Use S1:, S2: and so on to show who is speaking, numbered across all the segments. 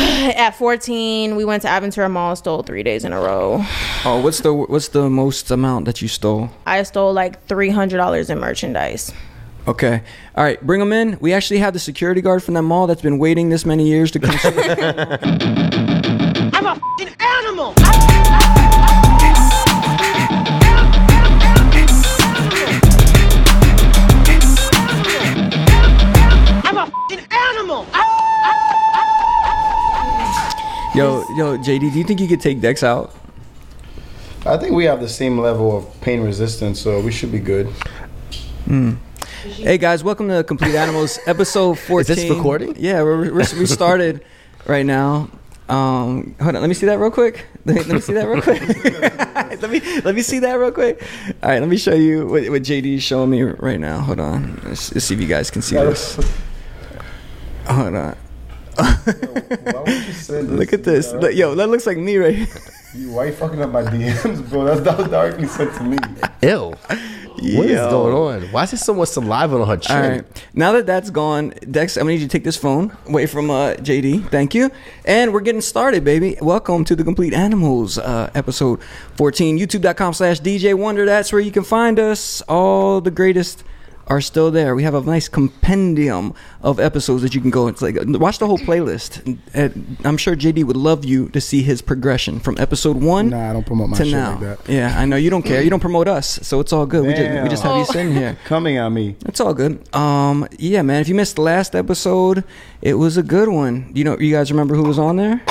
S1: at 14, we went to Aventura Mall, stole three days in a row.
S2: Oh, what's the what's the most amount that you stole?
S1: I stole like $300 in merchandise.
S2: Okay. All right, bring them in. We actually have the security guard from that mall that's been waiting this many years to come. see-
S3: I'm a f***ing animal. I'm a f***ing animal.
S2: yo, yo, JD, do you think you could take Dex out?
S4: I think we have the same level of pain resistance, so we should be good.
S2: Hey guys, welcome to Complete Animals, episode
S5: Is
S2: fourteen.
S5: this recording?
S2: Yeah, we're, we're, we started right now. Um, hold on, let me see that real quick. Let me, let me see that real quick. let me let me see that real quick. All right, let me show you what, what JD is showing me right now. Hold on, let's, let's see if you guys can see this. Hold on, look at this. Look- Yo, that looks like me right.
S4: Why you fucking up my DMs, bro? That's that was directly sent to me.
S5: Ew. What is
S2: Yo.
S5: going on? Why is there so much saliva on her chin?
S2: All right. Now that that's gone, Dex, I'm gonna need you to take this phone away from uh, JD. Thank you. And we're getting started, baby. Welcome to the Complete Animals uh, episode 14. YouTube.com/slash DJ Wonder. That's where you can find us. All the greatest are still there. We have a nice compendium of episodes that you can go. It's like watch the whole playlist. And I'm sure JD would love you to see his progression from episode one.
S4: Nah, I don't promote my
S2: to
S4: shit
S2: now.
S4: like that.
S2: Yeah, I know you don't care. You don't promote us, so it's all good. We just, we just have you
S4: Oh.
S2: sitting here.
S4: Coming at me.
S2: It's all good. Um, yeah, man. If you missed the last episode, it was a good one. You know, you guys remember who was on there?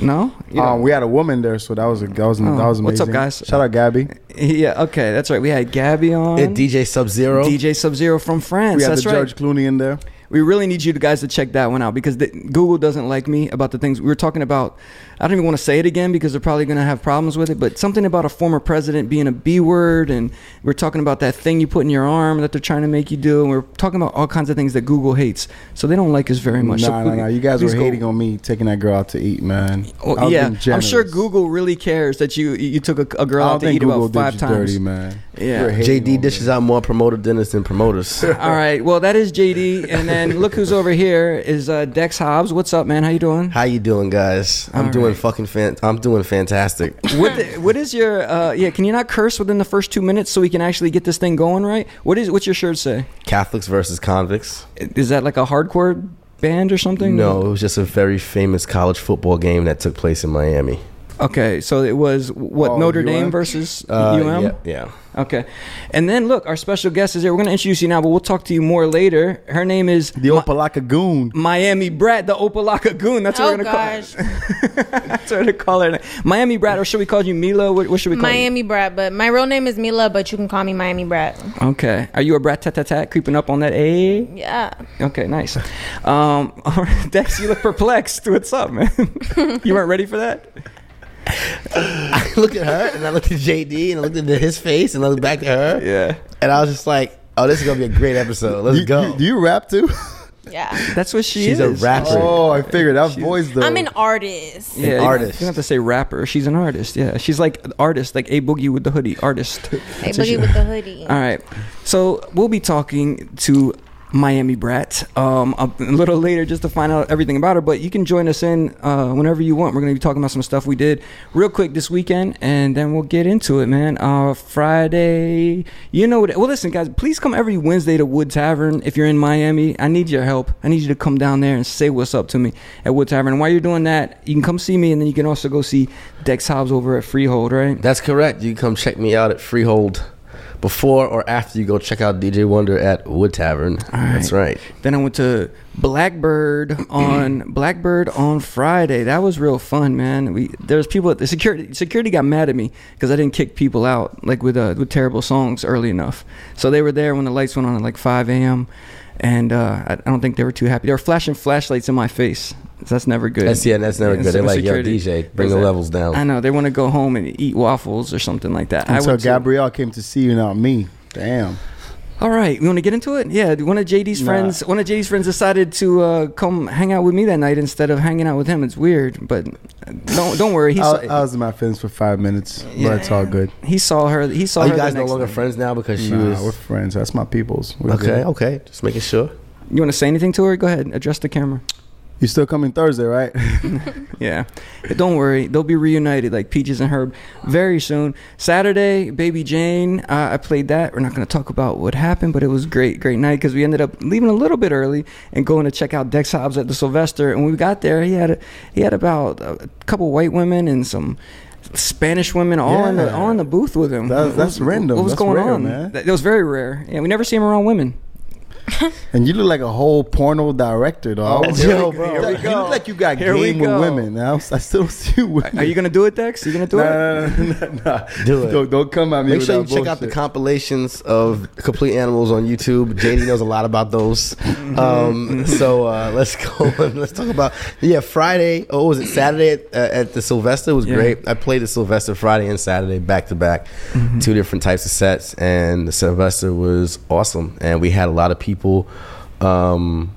S2: No. You
S4: Um, we had a woman there, so that was a, that was that was
S2: Oh,
S4: amazing.
S2: What's up, guys?
S4: Shout out Gabby.
S2: yeah. Okay, that's right. We had Gabby on.
S5: And DJ Sub Zero.
S2: DJ Sub Zero from France.
S4: We had
S2: That's
S4: the
S2: right.
S4: Judge Clooney in there.
S2: We really need you guys to check that one out because the, Google doesn't like me about the things we were talking about. I don't even want to say it again because they're probably going to have problems with it. But something about a former president being a B word, and we're talking about that thing you put in your arm that they're trying to make you do, and we're talking about all kinds of things that Google hates. So they don't like us very much. so
S4: Nah, nah,
S2: please-
S4: nah. You guys were
S2: please go-
S4: hating on me taking that girl out to eat, man. I
S2: Well,
S4: was
S2: yeah,
S4: being
S2: I'm sure
S4: generous.
S2: Google really cares that you you took a, a girl
S4: I
S2: out
S4: don't
S2: to eat
S4: think Google
S2: about
S4: did
S2: five
S4: you
S2: times.
S4: dirty, man.
S2: Yeah.
S4: You were hating on me.
S5: JD dishes out more promoter dinners than promoters.
S2: All right, well that is JD, and then look who's over here is uh, Dex Hobbs. What's up, man? How you doing?
S5: How you doing, guys? I'm
S2: All
S5: doing
S2: right.
S5: fucking fan- I'm doing fantastic.
S2: what the, what is your uh, yeah? Can you not curse within the first two minutes so we can actually get this thing going right? What is what's your shirt say?
S5: Catholics versus convicts.
S2: Is that like a hardcore band or something?
S5: No, it was just a very famous college football game that took place in Miami.
S2: Okay, so it was what
S4: Oh,
S2: Notre
S4: UM?
S2: Dame versus
S5: Uh,
S2: UM.
S5: Yeah, yeah.
S2: Okay, and then look, our special guest is here. We're gonna introduce you now, but we'll talk to you more later. Her name is
S4: the
S2: Mi-
S4: Opalaka goon.
S2: Miami Brat, the Opalaka Goon. That's what
S1: Oh
S2: we're gonna
S1: gosh.
S2: call. That's what we're gonna call her. Miami Brat, or should we call you Mila? What, what should we call
S1: Miami brat, but my real name is Mila, but you can call me Miami brat.
S2: you? Okay, are you a brat tat tat tat creeping up on that A?
S1: Yeah.
S2: Okay, nice. Um, all right, Dex, you look perplexed. What's up, man? you weren't ready for that?
S5: I looked at her and I looked at JD and I looked at his face and I looked back at her.
S2: Yeah.
S5: And I was just like, oh, this is going to be a great episode. Let's
S4: You-
S5: go.
S4: you- do you rap too?
S1: Yeah.
S2: That's what she
S5: She's a
S2: is.
S5: rapper.
S4: oh, I figured that voice though.
S1: I'm an artist.
S2: Yeah, you don't-
S5: artist.
S2: You don't have to say rapper. She's an artist. Yeah, she's like an artist, like a boogie with the hoodie, artist.
S1: Hey, boogie with the hoodie.
S2: All right. So we'll be talking to Miami Brat um, a little later just to find out everything about her. But you can join us in uh, whenever you want. We're going to be talking about some stuff we did real quick this weekend, and then we'll get into it, man. Uh, Friday, you know what? Well, listen, guys, please come every Wednesday to Wood Tavern if you're in Miami. I need your help. I need you to come down there and say what's up to me at Wood Tavern. And while you're doing that, you can come see me, and then you can also go see Dex Hobbs over at Freehold, right?
S5: That's correct. You can come check me out at Freehold before or after you go check out DJ Wonder at Wood Tavern. That's right.
S2: Then I went to Blackbird on Blackbird on Friday. That was real fun, man. We there's people at the security security got mad at me because I didn't kick people out like with uh, with terrible songs early enough. So they were there when the lights went on at like 5 a.m. and uh, I, I don't think they were too happy. They were flashing flashlights in my face. So that's never good.
S5: That's, yeah, that's never
S2: Yeah,
S5: good. They're
S2: so
S5: like, yo,
S2: security-
S5: DJ, bring the
S2: Exactly.
S5: levels down.
S2: I know they want to go home and eat waffles or something like that. I
S4: Until
S2: would too.
S4: Gabrielle came to see you, not me. Damn.
S2: All right, we want to get into it. Yeah, one of JD's
S4: Nah.
S2: friends, one of JD's friends decided to uh, come hang out with me that night instead of hanging out with him. It's weird, but don't don't worry.
S5: Uh,
S2: He
S4: I,
S2: saw,
S4: I was in my friends for five minutes,
S2: Yeah.
S4: but it's all good.
S2: he saw her. He saw
S5: Are
S2: her.
S5: you guys
S2: the
S5: no
S2: next
S5: longer
S2: night.
S5: friends now because she
S4: Nah, we're
S5: was.
S4: friends. That's my peoples. We're
S5: Okay,
S4: good.
S5: okay. Just making sure.
S2: You want to say anything to her? Go ahead. Address the camera.
S4: You still coming Thursday, right?
S2: Yeah. But don't worry, they'll be reunited like Peaches and Herb very soon. Saturday, Baby Jane, uh, I played that. We're not going to talk about what happened, but it was great, great night because we ended up leaving a little bit early and going to check out Dex Hobbs at the Sylvester. And when we got there, he had a, he had about a couple white women and some. Spanish women all in the
S4: Yeah.
S2: all in the booth with him.
S4: That's-
S2: What
S4: that's
S2: was-
S4: random.
S2: What was
S4: That's
S2: going
S4: rare,
S2: on?
S4: man.
S2: That- It was very rare. Yeah, we never see him around women.
S4: and you look like a whole porno director, dog.
S2: Oh, here we-
S4: bro.
S2: here we
S4: You
S2: go.
S4: look like you got
S2: Here we
S4: game with
S2: go.
S4: women. I, was- I still see you. With
S2: Are you gonna do it, Dex? You gonna do it?
S4: Nah, nah, nah, nah, nah.
S5: Do it.
S4: Don't, don't come at me.
S5: Make
S4: with
S5: sure you
S4: that
S5: check out the
S4: bullshit.
S5: compilations of complete animals on YouTube. JD knows a lot about those. Um, so uh, let's go and let's talk about yeah Friday. Oh, was it Saturday at, uh, at the Sylvester? was
S2: Yeah.
S5: great. I played at Sylvester Friday and Saturday back to back, two different types of sets, and the Sylvester was awesome. And we had a lot of people. Um,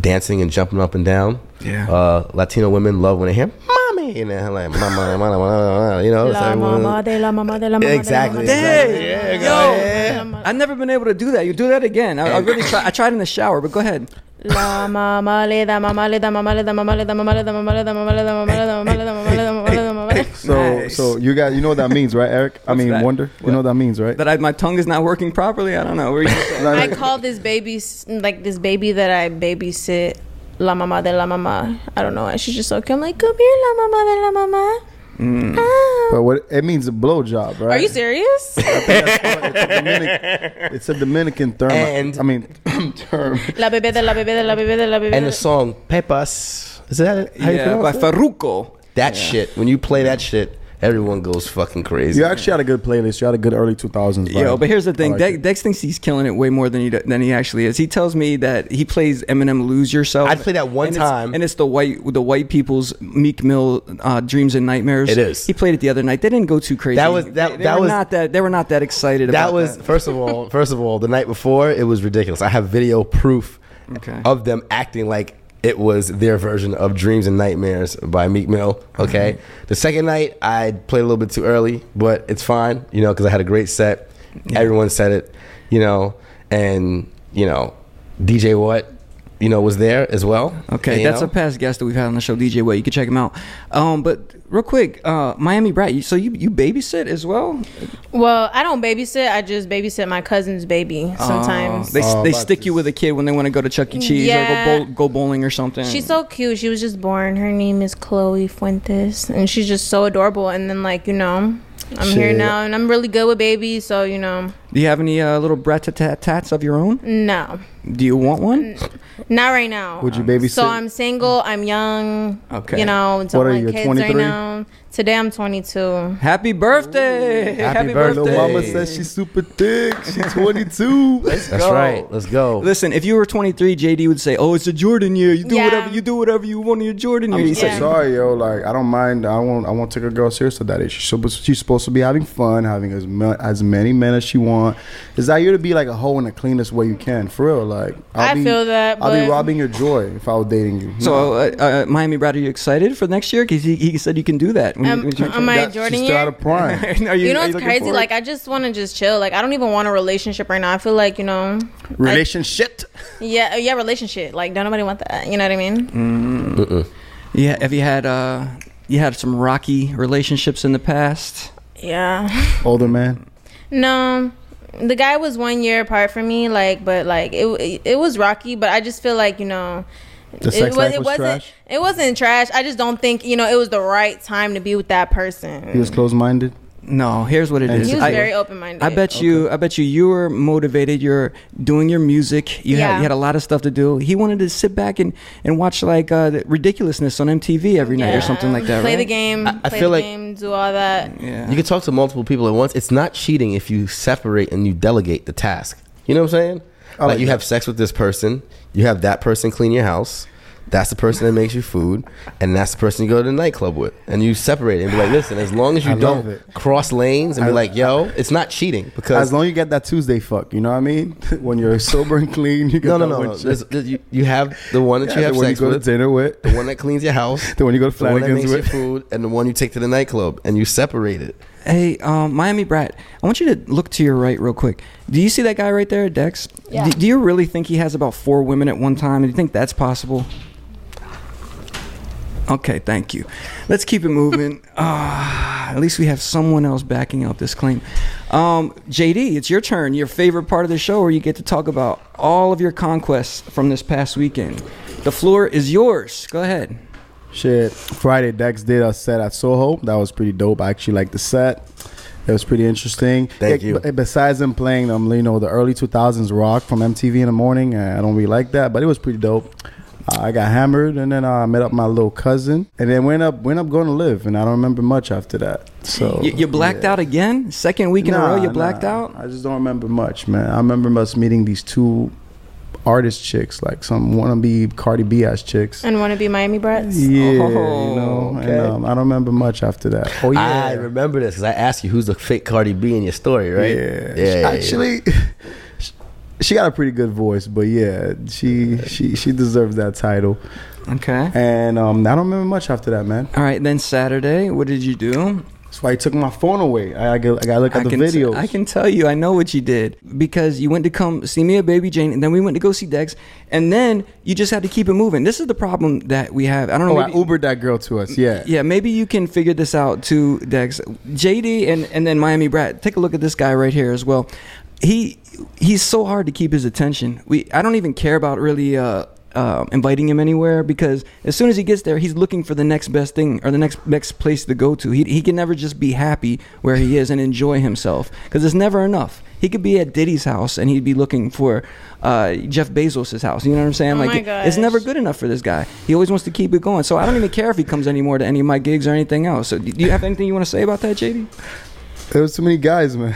S5: dancing and jumping up and down.
S2: Yeah.
S5: Uh, Latino women love when they hear "mommy" and they're like "mama, mama, mama, mama," you know. it's
S1: La
S5: everyone-
S1: mama de la mama de la mama de la mama
S5: Exactly.
S1: de la
S5: exactly.
S2: Hey,
S5: Yeah,
S2: yo.
S5: go-
S2: I've never been able to do that. You do that again. I, I really try, I tried in the shower, but go ahead.
S1: La mama le da mama le da mama le da mama le da mama le da mama le da mama le da mama le da mama le da mama le da mama le da mama le da
S4: So,
S2: Nice.
S4: so you got you know what that means, right, Eric? I mean,
S2: that?
S4: wonder. You know what that means, right?
S2: That I, my tongue is not working properly. I don't know. Where you
S1: I call this baby s- like this baby that I babysit la mama de la mama. I don't know. And she's just so cute. I'm like, come here, la mama de la mama.
S5: Mm.
S1: Ah.
S4: But what it means a blowjob,
S1: Are
S4: right?
S1: you serious?
S4: It's a Dominican, it's a Dominican term.
S5: And-
S4: I mean, term.
S1: la bebé de la bebé de la bebé de la bebé.
S5: And
S1: de-
S5: the song "Pepas" is that how you
S2: yeah, by
S5: pronounce it?
S2: Farruko.
S5: that shit? When you play that shit, everyone goes fucking crazy.
S4: You actually had a good playlist. You had a good early 2000s. vibe.
S2: Yo, but here's the thing.
S4: I like
S2: Dex,
S4: it.
S2: Dex thinks he's killing it way more than he do- than he actually is. He tells me that he plays Eminem "Lose Yourself."
S5: I played that one
S2: and it's-
S5: time.
S2: and it's the white the white people's Meek Mill uh, "Dreams and Nightmares."
S5: It is.
S2: He played it the other night. They didn't go too crazy.
S5: That was- that-
S2: They- they
S5: that
S2: were
S5: was-
S2: not that. They were not that excited.
S5: that
S2: about
S5: was first of all, first of all, the night before it was ridiculous. I have video proof
S2: Okay.
S5: of them acting like it was their version of Dreams and Nightmares by Meek Mill. Okay,
S2: Mm-hmm.
S5: the second night I played a little bit too early, but it's fine, you know, because I had a great set. Everyone said it, you know, and you know, DJ Watt, you know, was there as well.
S2: Okay,
S5: you
S2: that's
S5: know?
S2: a past guest that we've had on the show, DJ Way. You can check him out. Um, but real quick, uh, Miami Brat. You, so you you babysit as well?
S1: well, I don't babysit. I just babysit my cousin's baby sometimes.
S2: Uh, they
S4: Oh,
S2: they
S4: about
S2: stick you
S4: this.
S2: with a kid when they want to go to Chuck E. Cheese
S1: Yeah.
S2: or go, bowl, go bowling or something.
S1: She's so cute. She was just born. Her name is Chloe Fuentes, and she's just so adorable. And then, like you know, I'm here
S4: Shit.
S1: now, and I'm really good with babies. So you know,
S2: Do you have any uh, little brat tat tats of your own?
S1: no,
S2: Do you want one?
S1: Mm. not right now.
S4: Would you babysit?
S1: So I'm single. I'm young.
S2: Okay.
S1: Okay. You know, don't
S4: What are
S1: want
S4: you,
S1: kids
S4: 23?
S1: right now. Today I'm 22.
S2: Happy birthday!
S5: Happy birthday.
S4: Lil
S5: Little
S4: mama
S5: Hey.
S4: says she's super thick. She's 22.
S5: That's right. Let's go.
S2: Listen, if you were 23, JD would say, "Oh, it's a Jordan year. You do
S1: Yeah.
S2: whatever you do whatever you want in your Jordan year."
S4: I'm
S2: He
S4: so
S1: Yeah.
S2: said,
S4: sorry, yo. Like, I don't mind. I won't. I won't take a girl serious at that age. She's supposed, she's supposed to be having fun, having as mu- as many men as she want. Is that you to be like a hoe in the cleanest way you can, for real? Like,
S1: I feel that,
S4: I'll be
S1: but-
S4: robbing your joy if I was dating you.
S2: So, uh, uh, Miami Brad, are you excited for next year? Because he, he said you can do that. when you-
S1: Um,
S2: when you-
S1: am I
S4: That-
S1: Jordan
S4: she's still
S1: yet?
S4: out of prime.
S2: Are
S1: You, know
S2: are
S1: it's
S2: looking
S1: crazy.
S2: forward?
S1: Like I just want to just chill. Like I don't even want a relationship right now. I feel like you know,
S4: Relationship.
S1: yeah, yeah, relationship. Like don't nobody want that. You know what I mean?
S4: Mm.
S2: Yeah, have you had uh you had some rocky relationships in the past?
S1: Yeah.
S4: Older man.
S1: No, the guy was one year apart from me. Like, but like it, it was rocky. But I just feel like you know,
S4: The sex life was
S1: wasn't.
S4: trash?
S1: It wasn't trash. I just don't think you know it was the right time to be with that person.
S4: He was closed minded.
S2: No, here's what it
S4: And
S2: is.
S1: He was
S2: I,
S1: very open-minded.
S2: I bet you I bet you you were motivated, you're doing your music, you had
S1: Yeah.
S2: you had a lot of stuff to do. He wanted to sit back and, and watch like uh the ridiculousness on MTV every night or something like that.
S1: Play
S2: right?
S1: the game.
S5: I- I
S1: play
S5: feel
S1: the
S5: like-
S1: game. Do all that.
S2: Yeah.
S5: You can talk to multiple people at once. It's not cheating if you separate and you delegate the task. You know what I'm saying?
S4: I
S5: like
S4: like
S5: you
S4: that.
S5: have sex with this person, you have that person clean your house. That's the person that makes you food, and that's the person you go to the nightclub with, and you separate it and be like, listen, as long as you
S4: I love
S5: don't
S4: it.
S5: cross lanes and be
S4: I-
S5: like, yo, it's not cheating because
S4: As long as you get that Tuesday fuck, you know what I mean? when you're sober and clean, you get
S5: no, no,
S4: that
S5: no,
S4: one
S5: no.
S4: chick.
S5: There's- there's- you, you have the one that
S4: Yeah,
S5: you
S4: the
S5: have
S4: one
S5: sex
S4: you go
S5: with,
S4: to
S5: the
S4: dinner with,
S5: one that cleans your house,
S4: the one you go to
S5: the one that
S4: Flanagan's
S5: makes your
S4: with.
S5: food, and the one you take to the nightclub, and you separate it.
S2: Hey, um, Miami Brat, I want you to look to your right real quick. Do you see that guy right there, Dex?
S1: Yeah.
S2: Do, do you really think he has about four women at one time? Do you think that's possible? Okay, thank you. Let's keep it moving. Ah, at least we have someone else backing up this claim. Um, JD, it's your turn. Your favorite part of the show where you get to talk about all of your conquests from this past weekend. The floor is yours. Go ahead.
S4: Shit. Friday, Dex did a set at Soho. That was pretty dope. I actually liked the set. It was pretty interesting.
S5: Thank
S4: Yeah,
S5: you.
S4: b- besides them playing them, you know, the early 2000s rock from MTV in the morning, uh, I don't really like that, but it was pretty dope. Uh, I got hammered, and then uh, I met up my little cousin, and then went up went up going to live, and I don't remember much after that. So
S2: You, you blacked out again? Second week in a row, you
S4: Oh, Nah,
S2: blacked
S4: nah.
S2: out?
S4: I just don't remember much, man. I remember us meeting these two artist chicks, like some wannabe Cardi B ass chicks.
S1: And want to be Miami brats?
S4: Yeah,
S2: Oh,
S4: you know,
S2: okay.
S4: and um, I don't remember much after that. Oh yeah,
S5: I remember this because I asked you who's the fake Cardi B in your story, right?
S4: Yeah, She- actually, she- she got a pretty good voice, but yeah, she she she deserves that title.
S2: Okay.
S4: And um, I don't remember much after that, man.
S2: All right, then Saturday, what did you do?
S4: That's why he took my phone away. I I got to look at
S2: I
S4: the
S2: can
S4: videos.
S2: I can tell you, I know what you did because you went to come see me at Baby Jane, and then we went to go see Dex, and then you just had to keep it moving. This is the problem that we have. I don't know.
S4: Oh, I
S2: maybe-
S4: Ubered that girl to us. Yeah.
S2: yeah, maybe you can figure this out too, Dex. JD and, and then Miami Brat. Take a look at this guy right here as well. He he's so hard to keep his attention. We I don't even care about really uh, uh, inviting him anywhere because as soon as he gets there, he's looking for the next best thing or the next next place to go to. He he can never just be happy where he is and enjoy himself because it's never enough. He could be at Diddy's house and he'd be looking for uh, Jeff Bezos' house. You know what I'm saying?
S1: Oh
S2: like
S1: my
S2: it's never
S1: gosh.
S2: good good enough for this guy. He always wants to keep it going. So I don't even care if he comes anymore to any of my gigs or anything else. So do you have anything you want to say about that, JD?
S4: There was too many guys, man.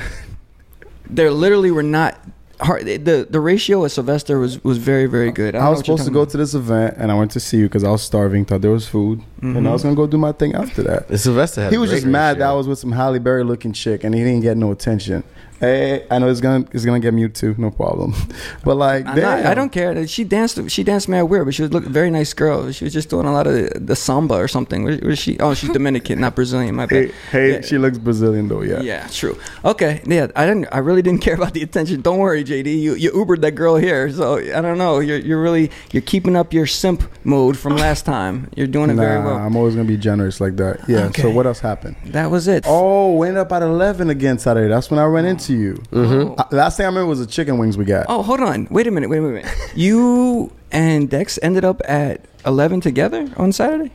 S2: There literally were not. Hard, the the ratio at Sylvester was was very very good.
S4: I was supposed to go to this event, and I went to see you because I was starving. Thought there was food, and I
S2: Mm-hmm.
S4: was gonna go do my thing after that.
S5: And Sylvester had
S4: he
S5: a
S4: was
S5: great
S4: just mad that I
S5: ratio.
S4: was with some Halle Berry looking chick and he didn't get no attention. Hey, I know it's gonna it's gonna get me too, no problem. But like,
S2: I'm not-
S4: damn.
S2: I don't care. She danced. She danced mad weird, but she was look very nice girl. She was just doing a lot of the samba or something. Where, where she? Oh, she's Dominican, not Brazilian. My bad.
S4: Hey, hey
S2: Yeah.
S4: she looks Brazilian though. Yeah.
S2: Yeah, Uh, true. Okay, yeah, I didn't. I really didn't care about the attention. Don't worry, JD. You you Ubered that girl here, so I don't know. You're you're really you're keeping up your simp mode from last time. You're doing it
S4: Nah,
S2: very well.
S4: I'm always gonna be generous like that. Yeah. So
S2: Okay.
S4: what else happened?
S2: that was it.
S4: Oh, we ended up at eleven again Saturday. That's when I ran into you. Mm-hmm. last thing I remember was the chicken wings we got.
S2: Oh, hold on. Wait a minute. Wait a minute. you and Dex ended up at eleven together on Saturday.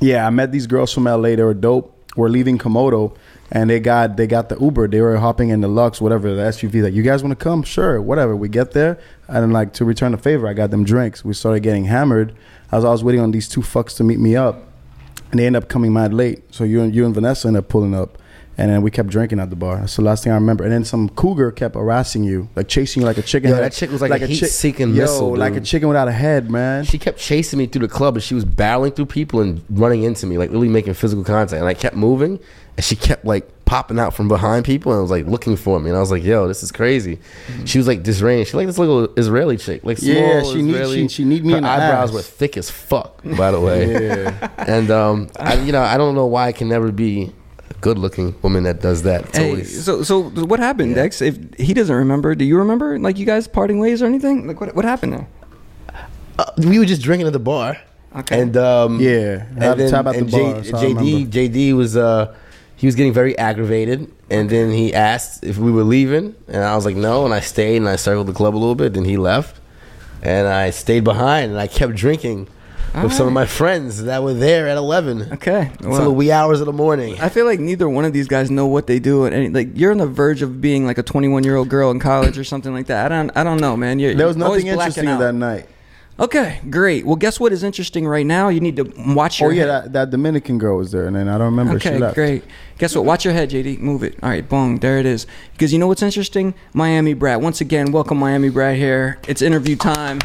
S4: Yeah, I met these girls from LA. They were dope. We're leaving Komodo, and they got they got the Uber. They were hopping in the Lux, whatever the SUV. Like, you guys want to come? Sure, whatever. We get there, and then, like to return the favor, I got them drinks. We started getting hammered as I was waiting on these two fucks to meet me up, and they end up coming mad late. So you and you and Vanessa end up pulling up. And then we kept drinking at the bar. That's the last thing I remember. And then some cougar kept harassing you, like chasing you like a chicken.
S5: Yo,
S4: head.
S5: that chick was like a heat-seeking
S4: Yo,
S5: missile,
S4: like a
S5: dude.
S4: chicken without a head, man.
S5: She kept chasing me through the club, and she was barreling through people and running into me, like really making physical contact. And I kept moving, and she kept like popping out from behind people, and was like looking for me. And I was like, "Yo, this is crazy." She was like disarranged. She like this little Israeli chick, like small
S4: Mm-hmm. Yeah, she need-
S5: Israeli.
S4: she- she need me
S5: Her
S4: in the
S5: eyebrows
S4: ass.
S5: were thick as fuck, by the way. And um, I, you know, I don't know why I can never be a good-looking woman that does that. It's
S2: Hey,
S5: always-
S2: so so what happened, Dex? If he doesn't remember, do you remember? Like you guys parting ways or anything? Like what what happened there?
S5: Uh, we were just drinking at the bar.
S2: Okay.
S5: And um,
S4: Yeah,
S5: and,
S4: I had to
S5: then,
S4: tap out the
S5: and
S4: bar,
S5: J-
S4: so I
S5: JD
S4: remember.
S5: JD was uh, he was getting very aggravated, and then he asked if we were leaving, and I was like no, and I stayed and I circled the club a little bit. Then he left, and I stayed behind and I kept drinking with some of my friends that were there at eleven.
S2: Okay,
S5: until
S2: well-
S5: the wee hours of the morning.
S2: I feel like neither one of these guys know what they do, and, and, like you're on the verge of being like a 21 year old girl in college or something like that. I don't, I don't know, man. You're,
S4: There was
S2: you're always
S4: nothing interesting
S2: blacking
S4: that
S2: out.
S4: night.
S2: Okay, great. Well, guess what is interesting right now? You need to watch
S4: Oh
S2: your.
S4: yeah,
S2: head.
S4: that, that Dominican girl was there, and then I don't remember. she
S2: Okay,
S4: left.
S2: great. Guess what? Watch your head, JD. Move it. All right, boom. There it is. Because you know what's interesting? Miami Brat. Once again, welcome Miami Brat here. It's interview time.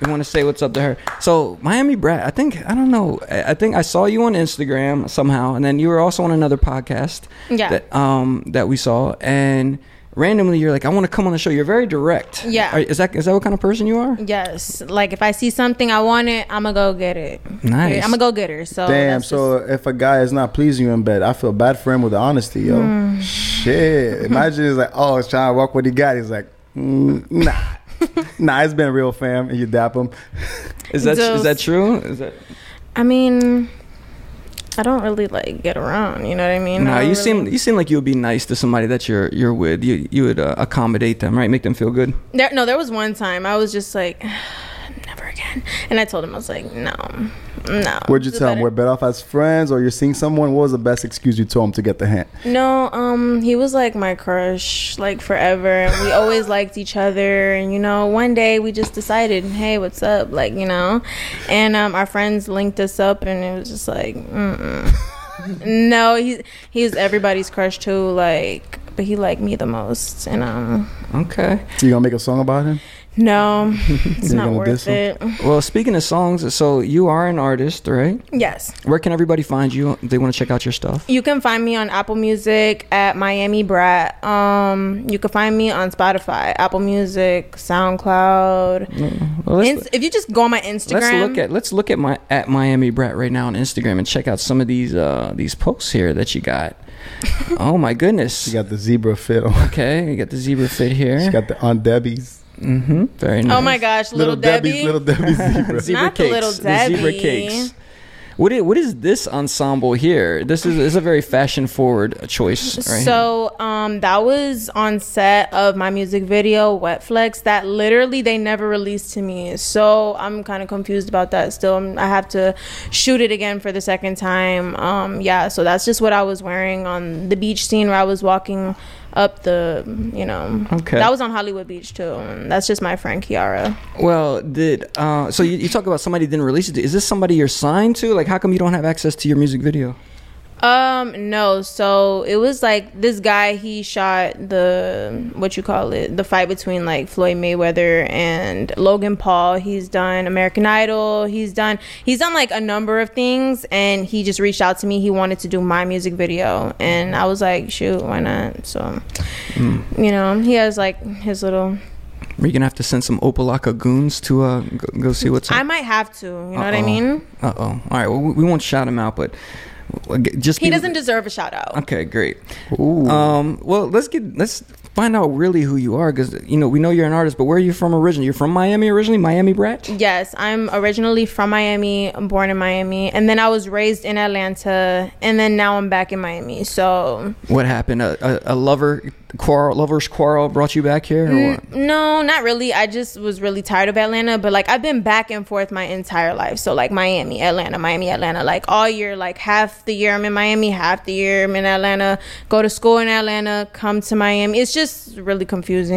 S2: We want to say what's up to her. So Miami Brat, I think I don't know. I I think I saw you on Instagram somehow, and then you were also on another podcast.
S1: Yeah.
S2: That, um, that we saw, and randomly you're like, I want to come on the show. You're very direct.
S1: Yeah.
S2: Are- Is that is that what kind of person you are?
S1: Yes. Like if I see something I want it, I'm gonna go get it.
S2: Nice.
S1: I'm gonna go get her. So
S4: Damn.
S1: Oh, that's
S4: So if a guy is not pleasing you in bed, I feel bad for him with the honesty, yo.
S1: Hmm.
S4: Shit. Imagine he's like, oh, he's trying to walk what he got. He's like, mm, nah. nah, it's been real, fam. And you dap him.
S2: Is that is
S1: Those-
S2: that true? Is that
S1: I mean, I don't really like get around. You know what I mean?
S2: Nah,
S1: I don't
S2: you
S1: really-
S2: seem you seem like you would be nice to somebody that you're you're with. You you would uh, accommodate them, right? Make them feel good.
S1: There, no, there was one time I was just like, never again. And I told him I was like, no, no.
S4: Where'd you
S1: It's
S4: tell him?
S1: better-
S4: We're better off as friends, or you're seeing someone. What was the best excuse you told him to get the hand?
S1: No, um, he was like my crush, like forever, and we always liked each other. And you know, one day we just decided, hey, what's up? Like, you know, and um, our friends linked us up, and it was just like, mm-mm. no, he's he was everybody's crush too, like, but he liked me the most, and um,
S2: Okay.
S4: You gonna make a song about him?
S1: no, it's
S4: You're
S1: not
S4: gonna diss
S1: worth
S4: him?
S1: it.
S2: Well, speaking of songs, so you are an artist, right?
S1: Yes.
S2: Where can everybody find you? They want to check out your stuff.
S1: You can find me on Apple Music at Miami Brat. Um, you can find me on Spotify, Apple Music, SoundCloud.
S4: Mm.
S2: Well, let's,
S1: Inst- if you just go on my Instagram,
S2: let's look at let's look at my at Miami Brat right now on Instagram and check out some of these uh these posts here that you got. oh my goodness.
S4: You got the zebra fit. On.
S2: okay, you got the zebra fit
S4: You
S2: here.
S4: got the Aunt Debbie's.
S2: Mm-hmm. Very nice.
S1: oh my gosh, Little, Debbie.
S4: Little Debbie's zebra.
S2: zebra
S1: Not the
S2: cakes.
S1: little
S2: zebra
S1: Debbie.
S2: cakes. What is, what is this ensemble here? This is, this is a very fashion forward choice, right?
S1: So um, that was on set of my music video Wet Flex that literally they never released to me. So I'm kind of confused about that still. I'm- I have to shoot it again for the second time. Um, yeah, so that's just what I was wearing on the beach scene where I was walking up the, you know,
S2: Okay.
S1: that was on Hollywood Beach too. And that's just my friend Kiara.
S2: well, did uh, so you, you talk about somebody didn't release it? Is this somebody you're signed to? Like, how come you don't have access to your music video?
S1: Um, no. So it was like this guy. He shot the what you call it, the fight between like Floyd Mayweather and Logan Paul. He's done American Idol. He's done. He's done like a number of things, and he just reached out to me. He wanted to do my music video, and I was like, shoot, why not? So, you know, he has like his little.
S2: Are you gonna have to send some Opalaka goons to uh, go, go see what's
S1: I
S2: up?
S1: might have to. You know what I
S2: Uh-oh.
S1: mean?
S2: Uh oh. All right. Well, we we won't shout him out, but uh, g- just
S1: He
S2: be-
S1: doesn't deserve a shout out.
S2: Okay, great. Um, well, let's get let's find out really who you are because you know we know you're an artist, but where are you from originally? You're from Miami originally, Miami brat.
S1: Yes, I'm originally from Miami, I'm born in Miami, and then I was raised in Atlanta, and then now I'm back in Miami. So,
S2: What happened? A, a, a lover quarrel, lovers quarrel brought you back here, or
S1: Mm.
S2: what?
S1: no, not really. I just was really tired of Atlanta, but like I've been back and forth my entire life. So, like Miami, Atlanta, Miami, Atlanta, like all year, like half the year I'm in Miami, half the year I'm in Atlanta, go to school in Atlanta, come to Miami. It's just really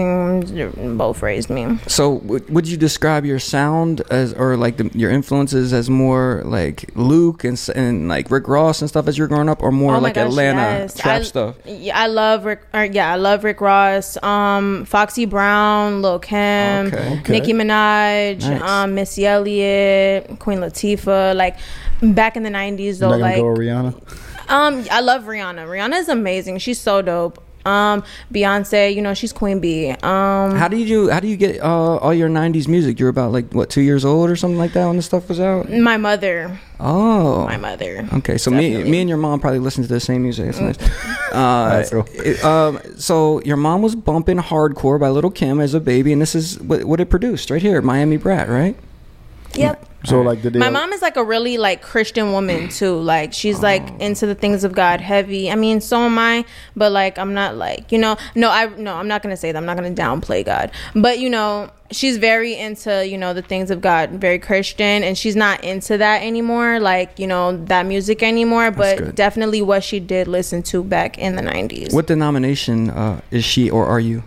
S1: confusing. Both raised me.
S2: So, would, would you describe your sound as, or like the, your influences as more like Luke and s- and like Rick Ross and stuff as you were growing up, or more
S1: Oh my
S2: like
S1: gosh,
S2: Atlanta
S1: yes.
S2: trap
S1: I, Mm-hmm.
S2: stuff?
S1: Yeah, I love Rick. Or yeah, I love Rick Ross, um, Foxy Brown, Lil Kim,
S2: Okay.
S4: Okay.
S1: Nicki Minaj,
S2: Nice.
S1: um, Missy Elliott, Queen Latifah. Like back in the nineties, though,
S4: Not gonna
S1: like
S4: go with Rihanna.
S1: um, I love Rihanna. Rihanna is amazing. She's so dope. Um, Beyonce, you know, she's Queen Bee. Um,
S2: How do you do? How do you get uh, all your '90s music? You're about like what two years old or something like that when this stuff was out.
S1: my mother,
S2: Oh,
S1: my mother.
S2: Okay, so me,
S1: Definitely.
S2: me and your mom probably listened to the same music. That's nice.
S4: That's
S2: Uh,
S4: cool.
S2: it- um, so your mom was bumping hardcore by Little Kim as a baby, and this is what, what it produced right here, Miami Brat, right?
S1: Yep.
S4: So like did they?
S1: My mom is like a really like Christian woman too. Like she's like
S2: Oh.
S1: into the things of God heavy. I mean, so am I, but like I'm not like, you know, no, I no, I'm not gonna say that. I'm not gonna downplay God. But you know, she's very into, you know, the things of God, very Christian, and she's not into that anymore, like, you know, that music anymore,
S2: good.
S1: but definitely what she did listen to back in the nineties.
S2: What denomination uh, is she or are you?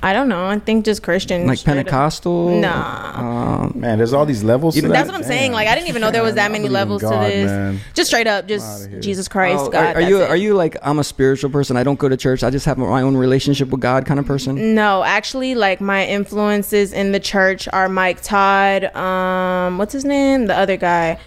S1: I don't know. I think just Christian
S2: Like
S1: straight up.
S2: Pentecostal?
S1: Nah.
S2: Um,
S4: man, there's all these levels. to
S1: That's
S4: that?
S1: what I'm
S4: Damn.
S1: saying. Like I didn't even know there was that
S4: I
S1: many
S4: believe in
S1: levels to
S4: God,
S1: this.
S4: man.
S1: Just straight up,
S4: outta
S1: just
S4: here.
S1: Jesus Christ,
S2: oh,
S1: God.
S2: are, are you
S1: that's it.
S2: are you like I'm a spiritual person? I don't go to church. I just have my own relationship with God kind of person.
S1: No, actually, like my influences in the church are Mike Todd, um, what's his name, the other guy,